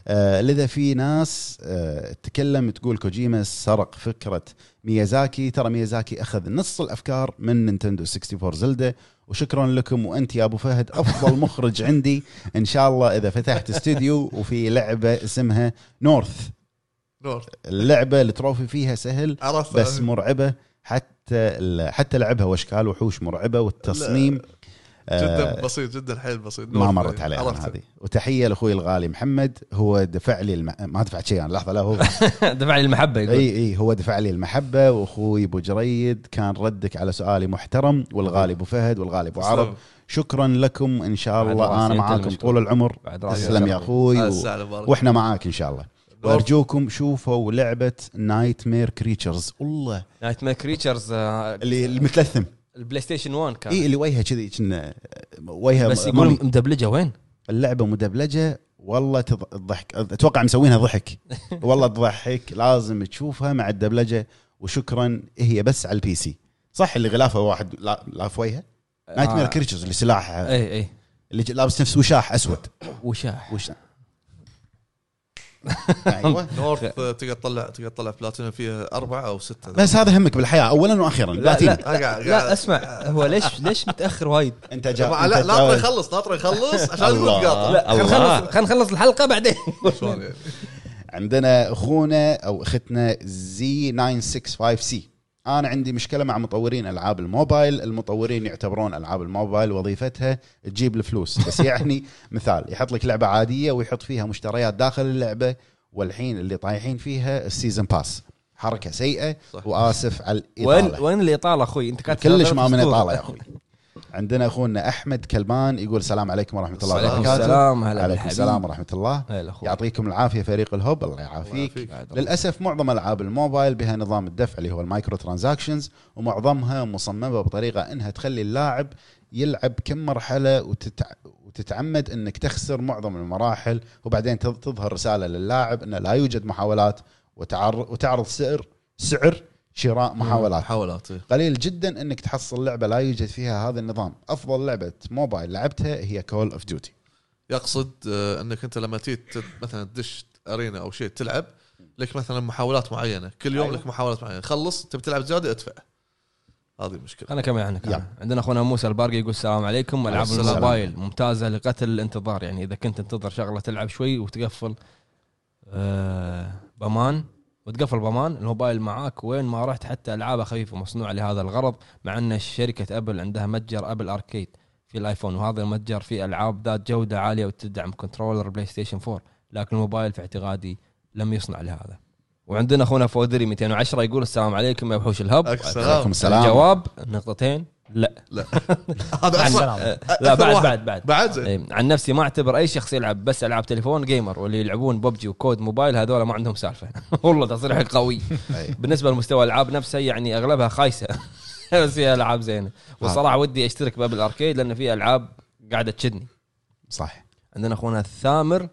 C: آه لذا في ناس آه تتكلم تقول كوجيما سرق فكره ميازاكي ترى ميازاكي اخذ نص الافكار من نينتندو 64 زلده وشكرا لكم وانت يا ابو فهد افضل مخرج عندي ان شاء الله اذا فتحت استوديو وفي لعبه اسمها نورث
B: نور
C: اللعبه التروفي فيها سهل
B: عرفت
C: بس مرعبه حتى ال- حتى لعبها واشكال وحوش مرعبه والتصميم آه،
B: جدا بسيط جدا حيل بسيط
C: ما
B: نور.
C: مرت علي أنا
B: عرفت.
C: هذه وتحيه لاخوي الغالي محمد هو دفع لي الم... ما دفعت شيء انا لحظه لا هو
A: دفع لي المحبه يقول
C: اي اي هو دفع لي المحبه واخوي ابو جريد كان ردك على سؤالي محترم والغالي ابو فهد والغالي ابو عرب شكرا لكم ان شاء
E: بعد
C: الله
E: راسي
C: انا
E: أنت
C: معاكم
E: المشكور.
C: طول العمر
A: بعد راسي
C: تسلم يا اخوي و...
B: السهل مبارك.
C: واحنا معاك ان شاء الله
B: نور.
C: وارجوكم شوفوا لعبه نايت مير كريتشرز والله
A: نايت ميك ريتشرز
C: اللي المتلثم
A: البلاي ستيشن 1 آه، كان
C: اي اللي وجهها كذي كنا وجهها
A: بس
C: مامي.
A: يقول مدبلجه وين؟
C: اللعبه مدبلجه والله تض- الضحك اتوقع مسوينها ضحك والله تضحك لازم تشوفها مع الدبلجه وشكرا هي بس على البي سي صح اللي غلافه واحد لا لافويها نايت
A: آه.
C: مير كريتشرز اللي سلاحه
A: اي اي
C: اللي ج- لابس نفس وشاح اسود
A: وشاح
C: وش ايوه
B: نورث آه، تقدر تطلع تقدر تطلع بلاتينيوم فيها اربعه او سته
C: بس هذا همك بالحياه اولا واخيرا
A: لا
C: بلاتيني.
A: لا, لا, لا اسمع هو ليش ليش متاخر وايد؟
C: انت
B: يا
C: جا
B: جماعة، لا
C: أنت
B: لا ناطره
C: جا-
B: يخلص ناطره يخلص عشان
C: آه. الله.
B: يقول قاطع
A: لا خلينا
E: الله.
A: نخلص خلينا نخلص الحلقه بعدين
B: شلون يعني؟
C: عندنا اخونا او اختنا زي 965 سي انا عندي مشكله مع مطورين العاب الموبايل المطورين يعتبرون العاب الموبايل وظيفتها تجيب الفلوس بس يعني مثال يحط لك لعبه عاديه ويحط فيها مشتريات داخل اللعبه والحين اللي طايحين فيها السيزون باس حركه سيئه
B: صح.
C: واسف على
A: وين
C: الاطاله
A: وين الاطاله اخوي انت كاتب
C: كلش ما من
A: أسطورة.
C: اطاله يا اخوي عندنا اخونا احمد كلبان يقول السلام عليكم ورحمه الله
B: وعليكم
A: عليكم
C: وبركاته
A: السلام هلا
C: عليكم السلام ورحمه الله
A: هلا اخوي
C: يعطيكم العافيه فريق الهب الله يعافيك للاسف معظم العاب الموبايل بها نظام الدفع اللي هو المايكرو ترانزاكشنز ومعظمها مصممه بطريقه انها تخلي اللاعب يلعب كم مرحله وتتع... وتتعمد انك تخسر معظم المراحل وبعدين تظ- تظهر رساله للاعب انه لا يوجد محاولات وتعر... وتعرض سعر سعر شراء محاولات
B: محاولات إيه.
C: قليل جدا انك تحصل لعبه لا يوجد فيها هذا النظام افضل لعبه موبايل لعبتها هي كول اوف ديوتي
B: يقصد آه، انك انت لما تيجي ت- مثلا تدش ارينا او شيء تلعب لك مثلا محاولات معينه كل يوم
C: أيوة.
B: لك محاولات معينه خلص تبي تلعب زياده ادفع هذه المشكله
A: انا كم عنك
C: يلا.
A: عندنا اخونا موسى البارقي يقول السلام عليكم العاب
C: السلام.
A: الموبايل ممتازه لقتل الانتظار يعني اذا كنت تنتظر شغله تلعب شوي وتقفل آه بمان وتقفل بمان الموبايل معاك وين ما رحت حتى العابه خفيفه مصنوعه لهذا الغرض مع ان شركه ابل عندها متجر ابل اركيد في الايفون وهذا المتجر فيه العاب ذات جوده عاليه وتدعم كنترولر بلاي ستيشن 4 لكن الموبايل في اعتقادي لم يصنع لهذا وعندنا اخونا فودري 210 يقول السلام عليكم يا وحوش الهب
B: السلام
C: عليكم السلام
A: الجواب نقطتين لا
B: هذا
D: عن
B: اصلا
D: سلام.
A: آه،
B: أكثر
A: لا بعد
B: واحد.
A: بعد بعد
B: بعد زين.
A: إيه، عن نفسي ما اعتبر اي شخص يلعب بس العاب تليفون جيمر واللي يلعبون ببجي وكود موبايل هذول ما عندهم سالفه والله تصريح قوي
B: إيه.
C: أي.
A: بالنسبه لمستوى الالعاب نفسها يعني اغلبها خايسه بس هي العاب زينه والصراحه ودي اشترك بابل اركيد لان في العاب قاعده تشدني
C: صح
A: عندنا اخونا الثامر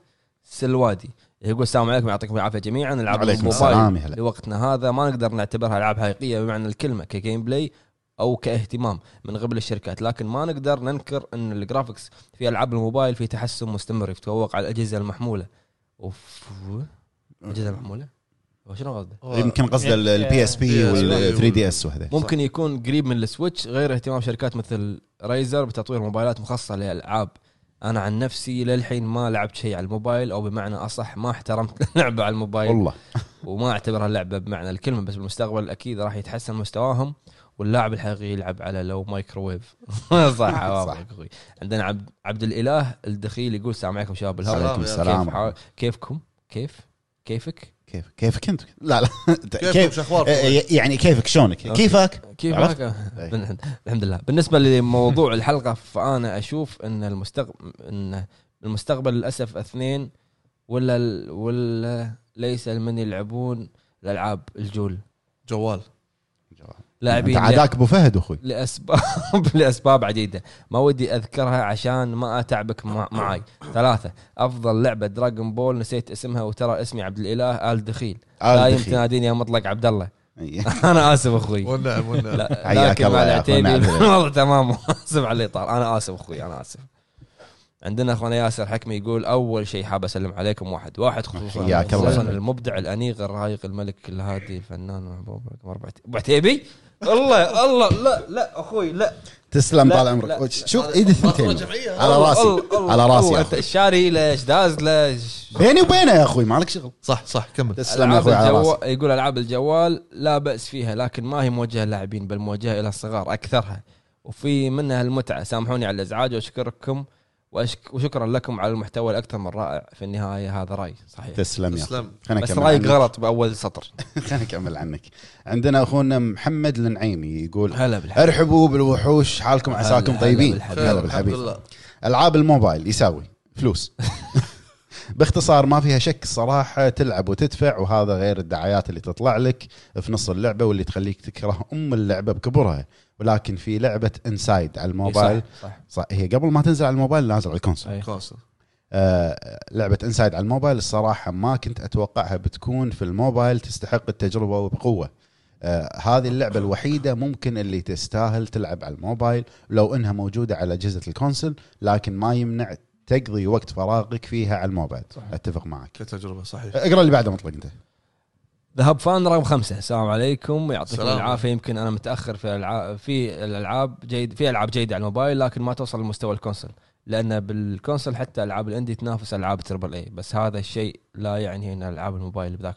A: سلوادي يقول السلام عليكم يعطيكم العافيه جميعا العاب
C: وعليكم
A: الموبايل
C: السلام، يا هلا.
A: لوقتنا هذا ما نقدر نعتبرها العاب حقيقيه بمعنى الكلمه كجيم بلاي او كاهتمام من قبل الشركات لكن ما نقدر ننكر ان الجرافكس في العاب الموبايل في تحسن مستمر يتفوق على الاجهزه المحموله اوف الاجهزه المحموله هو شنو قصده
C: إيه، يمكن قصده البي اس بي
B: PS
C: وال 3 دي اس وهذا
A: ممكن يكون قريب من السويتش غير اهتمام شركات مثل رايزر بتطوير موبايلات مخصصه للالعاب انا عن نفسي للحين ما لعبت شيء على الموبايل او بمعنى اصح ما احترمت لعبه على الموبايل
C: والله
A: وما اعتبرها لعبه بمعنى الكلمه بس بالمستقبل اكيد راح يتحسن مستواهم واللاعب الحقيقي يلعب على لو مايكروويف صح صح اخوي عندنا عبد عبد الاله الدخيل يقول السلام عليكم شباب الهب
C: عليكم
B: يا
A: كيف
C: السلام
A: حال- كيفكم كيف كيفك
C: كيف كيفك انت لا لا أنت
B: كيف
C: كيف
B: شخبارك
C: إيه، يعني كيفك شلونك
A: أوكي.
C: كيفك
A: كيف
C: عرفت؟ إيه.
A: معك؟
C: أي.
A: من- الحمد لله بالنسبه لموضوع الحلقه فانا اشوف ان المستقبل ان المستقبل للاسف اثنين ولا ال- ولا ليس من يلعبون الالعاب الجول
B: جوال
C: إيه. انت
A: لاعبين ل-
C: عداك ابو فهد اخوي
A: لاسباب لاسباب عديده ما ودي اذكرها عشان ما اتعبك مع- معاي ثلاثه افضل لعبه دراغون بول نسيت اسمها وترى اسمي عبد الاله ال دخيل لا
C: آل
A: يمكن
C: دخيل.
A: تناديني يا مطلق عبد الله
C: إيه.
A: انا اسف اخوي
B: والنعم والنعم
A: لا
C: حياك
A: لكن
C: الله
A: مع
C: يا أخوي،
A: العتيبي
C: معذرة.
A: الوضع تمام اسف على الاطار انا اسف اخوي انا اسف عندنا اخونا ياسر حكمي يقول اول شيء حاب اسلم عليكم واحد واحد خصوصا
C: حياك الله.
A: خصوصاً المبدع الانيق الرايق الملك الهادي الفنان المحبوب لكم أربعة- ابو عتيبي الله الله لا لا اخوي لا
C: تسلم
A: لا،
C: طال
A: لا،
C: عمرك
A: لا.
C: شوف ايد الثنتين
B: جمعيه
C: على
A: الله،
C: راسي
A: الله، الله،
C: على راسي
A: الله،
C: يا
A: أنت
C: أخوي.
A: الشاري ليش داز ليش
C: بيني وبينه يا اخوي ما لك شغل
B: صح صح كمل
C: تسلم يا اخوي على
A: الجو...
C: راسي
A: يقول العاب الجوال لا باس فيها لكن ما هي موجهه للاعبين بل موجهه الى الصغار اكثرها وفي منها المتعه سامحوني على الازعاج واشكركم وأشك... وشكرا لكم على المحتوى الاكثر من رائع في النهايه هذا راي صحيح
C: تسلم يا اخوي
B: تسلم
C: خليني
A: بس
C: أكمل
A: رايك
C: عنك.
A: غلط باول سطر
C: خليني اكمل عنك عندنا اخونا محمد النعيمي يقول
A: هلا بالحبيب
C: ارحبوا بالوحوش حالكم عساكم
A: هلا
C: طيبين
A: بالحبيب.
C: هلا
B: الحمد
C: بالحبيب
B: لله
C: العاب الموبايل يساوي فلوس باختصار ما فيها شك الصراحة تلعب وتدفع وهذا غير الدعايات اللي تطلع لك في نص اللعبة واللي تخليك تكره أم اللعبة بكبرها ولكن في لعبة انسايد على الموبايل
A: صح, صح.
C: صح هي قبل ما تنزل على الموبايل نازل على الكونسول
A: أي.
B: كونسل
C: آه لعبة انسايد على الموبايل الصراحة ما كنت أتوقعها بتكون في الموبايل تستحق التجربة وبقوة آه هذه اللعبة الوحيدة ممكن اللي تستاهل تلعب على الموبايل لو انها موجودة على أجهزة الكونسل لكن ما يمنع تقضي وقت فراغك فيها على الموبايل صحيح. اتفق معك
B: كتجربه صحيح
C: اقرا اللي بعده مطلق انت
A: ذهب فان رقم خمسة السلام عليكم يعطيكم
B: السلام.
A: العافية يمكن أنا متأخر في الألعاب في الألعاب جيد في ألعاب جيدة على الموبايل لكن ما توصل لمستوى الكونسل لأن بالكونسل حتى ألعاب الاندي تنافس ألعاب تربل اي بس هذا الشيء لا يعني أن ألعاب الموبايل بذاك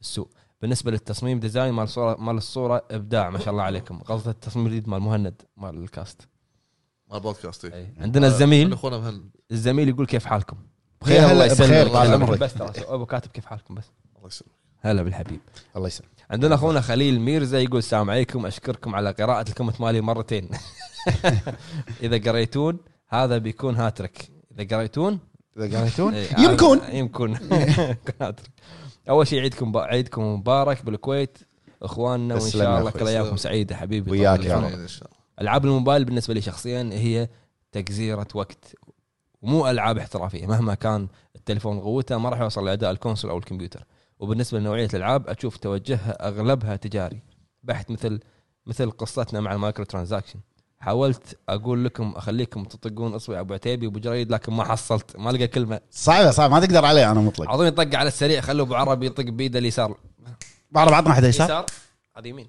A: السوء بالنسبة للتصميم ديزاين مال الصورة مال الصورة إبداع ما شاء الله عليكم قصد التصميم الجديد مال مهند مال الكاست
B: مع البودكاست إيه.
A: أي. عندنا الزميل
B: اخونا مهند
A: الزميل يقول كيف حالكم
C: يا هلا،
A: الله
C: بخير،
A: يسلمك
C: طال عمرك.
A: بس ترى أبو كاتب كيف حالكم بس
B: الله يسلمك
A: هلا بالحبيب
C: الله يسلمك
A: عندنا اخونا خليل ميرزا يقول السلام عليكم اشكركم على قراءه الكومنت مالي مرتين اذا قريتون هذا بيكون هاتريك اذا قريتون
C: اذا قريتون
A: إيه،
C: يمكن
A: هذا- يمكن يكون هاتريك اول شيء عيدكم ب... عيدكم مبارك بالكويت اخواننا وان
C: تسلم يا
A: شاء الله
C: أخوي.
A: كل ايامكم سعيده حبيبي
C: وياك
A: طول
C: يا
A: العمر.
C: رب.
B: إن شاء الله.
A: العاب الموبايل بالنسبه لي شخصيا هي تجزيره وقت ومو العاب احترافيه مهما كان التليفون قوته ما راح يوصل لاداء الكونسول او الكمبيوتر وبالنسبه لنوعيه الالعاب اشوف توجهها اغلبها تجاري بحت مثل مثل قصتنا مع المايكرو ترانزاكشن حاولت اقول لكم اخليكم تطقون اصبع ابو عتيبي وابو جريد لكن ما حصلت ما القى كلمه
C: صعبه صعبه ما تقدر عليه انا مطلق
A: اعطوني طقه على السريع خلوا ابو عربي يطق بايده اليسار
C: بعرف عطنا حد يسار
A: يسار هذا يمين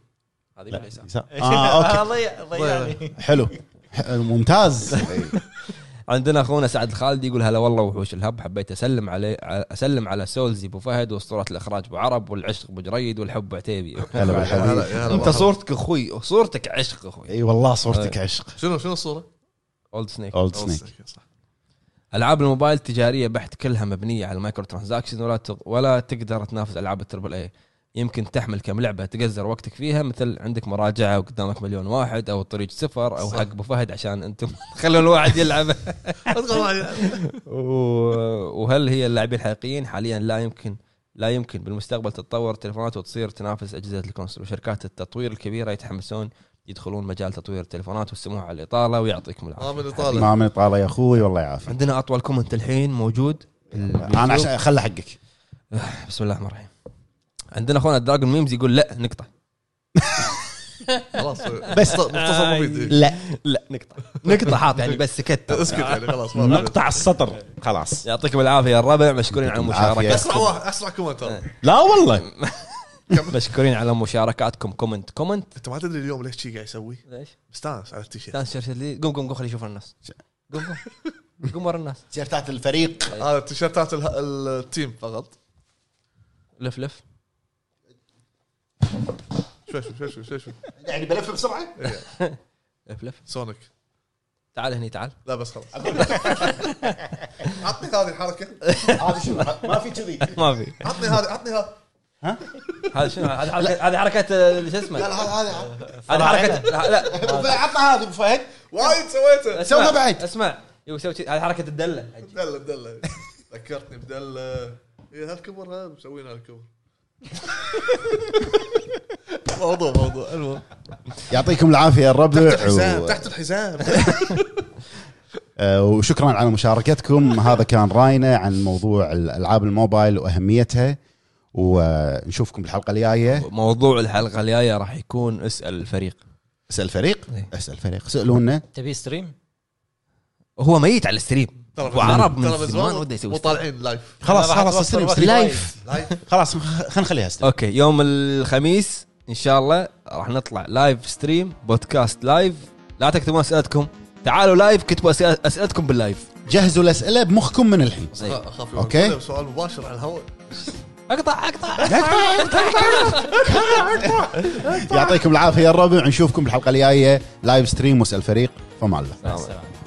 A: هذا يمين
C: لا،
A: يسار
C: يسار.
D: إيه.
C: اه اوكي
D: آه، ضيع- ضيعني
C: حلو ح- ممتاز
A: عندنا اخونا سعد الخالدي يقول هلا والله وحوش الهب حبيت اسلم عليه اسلم على سولزي ابو فهد واسطوره الاخراج ابو عرب والعشق ابو جريد والحب عتيبي
C: هلا بالحبيب
B: هلا- يا هلا
A: انت
B: والله.
A: صورتك اخوي وصورتك عشق اخوي
C: اي والله صورتك عشق
B: شنو شنو الصوره؟
A: اولد سنيك
C: اولد سنيك
B: صح
A: العاب الموبايل تجاريه بحت كلها مبنيه على المايكرو ترانزاكشن ولا تغ... ولا تقدر تنافس العاب التربل اي يمكن تحمل كم لعبه تقزر وقتك فيها مثل عندك مراجعه وقدامك مليون واحد او الطريق صفر او
B: صح.
A: حق ابو فهد عشان انتم خلوا الواحد يلعب
B: لا تقول واحد.
A: و- وهل هي اللاعبين الحقيقيين حاليا لا يمكن لا يمكن بالمستقبل تتطور تليفونات وتصير تنافس اجهزه الكونسول وشركات التطوير الكبيره يتحمسون يدخلون مجال تطوير التلفونات والسموح على الاطاله ويعطيكم العافيه
B: آمن إطالة.
C: ما من طالع يا اخوي والله يعافيك
A: عندنا اطول كومنت الحين موجود
C: انا عشان خله حقك
A: بسم الله الرحمن الرحيم عندنا اخونا دراجون ميمز يقول لا نقطه
B: خلاص
C: بس.
B: مختصر مفيد
C: لا
A: لا نقطع نقطع حاط يعني بس سكت
B: اسكت يعني خلاص ما بعد.
C: نقطع السطر خلاص
A: يعطيكم العافيه يا الربع مشكورين على
C: يعطيكم العافية.
A: مشاركتكم
B: اسرع واحد اسرع كومنت ترى
C: لا والله
A: مشكورين على مشاركاتكم كومنت كومنت
B: انت ما تدري اليوم ليش شي قاعد يسوي
A: ليش؟
B: مستانس على التيشيرت
A: تاس شرشر لي قوم قوم قوم خلي يشوفون الناس قوم قوم قوم ورا الناس
C: تيشيرتات الفريق
B: هذا التيشيرتات اله- التيم فقط
A: لف لف
B: شوي شوي شوي شوي شوي شوي إيه،
C: يعني بلف بسرعه
A: لف لف
B: سونيك
A: تعال هني تعال
B: لا بس خلاص عطني هذه الحركه
C: هذا شو ما في كذي
A: ما في
B: عطني هذه عطني هذه
A: هذا شنو هذه حركه هذه حركه آه، شو اسمه
C: لا هذا
A: هذه حركه لا لا
C: عطنا هذا ابو فهد
B: وايد سويته
A: اسمع،
C: سوها بعد.
A: اسمع يو سوي شي- هذه حركه الدله
B: بدله بدله ذكرتني بدله إيه هالكبر ها مسوينا هالكبر موضوع موضوع المهم
C: يعطيكم العافيه يا
B: تحت
C: الربع
B: الحزام
C: و-
B: تحت الحزام
C: آه، وشكرا على مشاركتكم هذا كان راينا عن موضوع الالعاب الموبايل واهميتها ونشوفكم بالحلقه الجايه
A: موضوع الحلقه الجايه راح يكون اسال الفريق
C: اسال فريق
A: إيه.
C: اسال فريق سالونا
D: تبي ستريم؟
A: هو ميت على الستريم
B: ترى
A: أبو عرب من
B: ترى من
A: زمان
B: زمان
A: وده يسوي
B: مو طالعين لايف
C: خلاص
D: أنا راح
C: خلاص
D: أتوصل
C: استلم
D: وقت
C: استلم.
D: وايد.
A: لايف
B: لايف
C: خلاص خلينا نخليها استلم
A: اوكي يوم الخميس ان شاء الله راح نطلع لايف ستريم بودكاست لايف لا تكتبون اسئلتكم تعالوا لايف كتبوا أسئلة- اسئلتكم باللايف
C: جهزوا الاسئله بمخكم من الحين
A: زين.
B: اخاف
C: أوكي.
B: اوكي سؤال مباشر على الهواء
A: اقطع اقطع
C: يعطيكم العافيه يا الربع نشوفكم بالحلقه الجايه لايف ستريم واسال فريق فما الله
D: السلام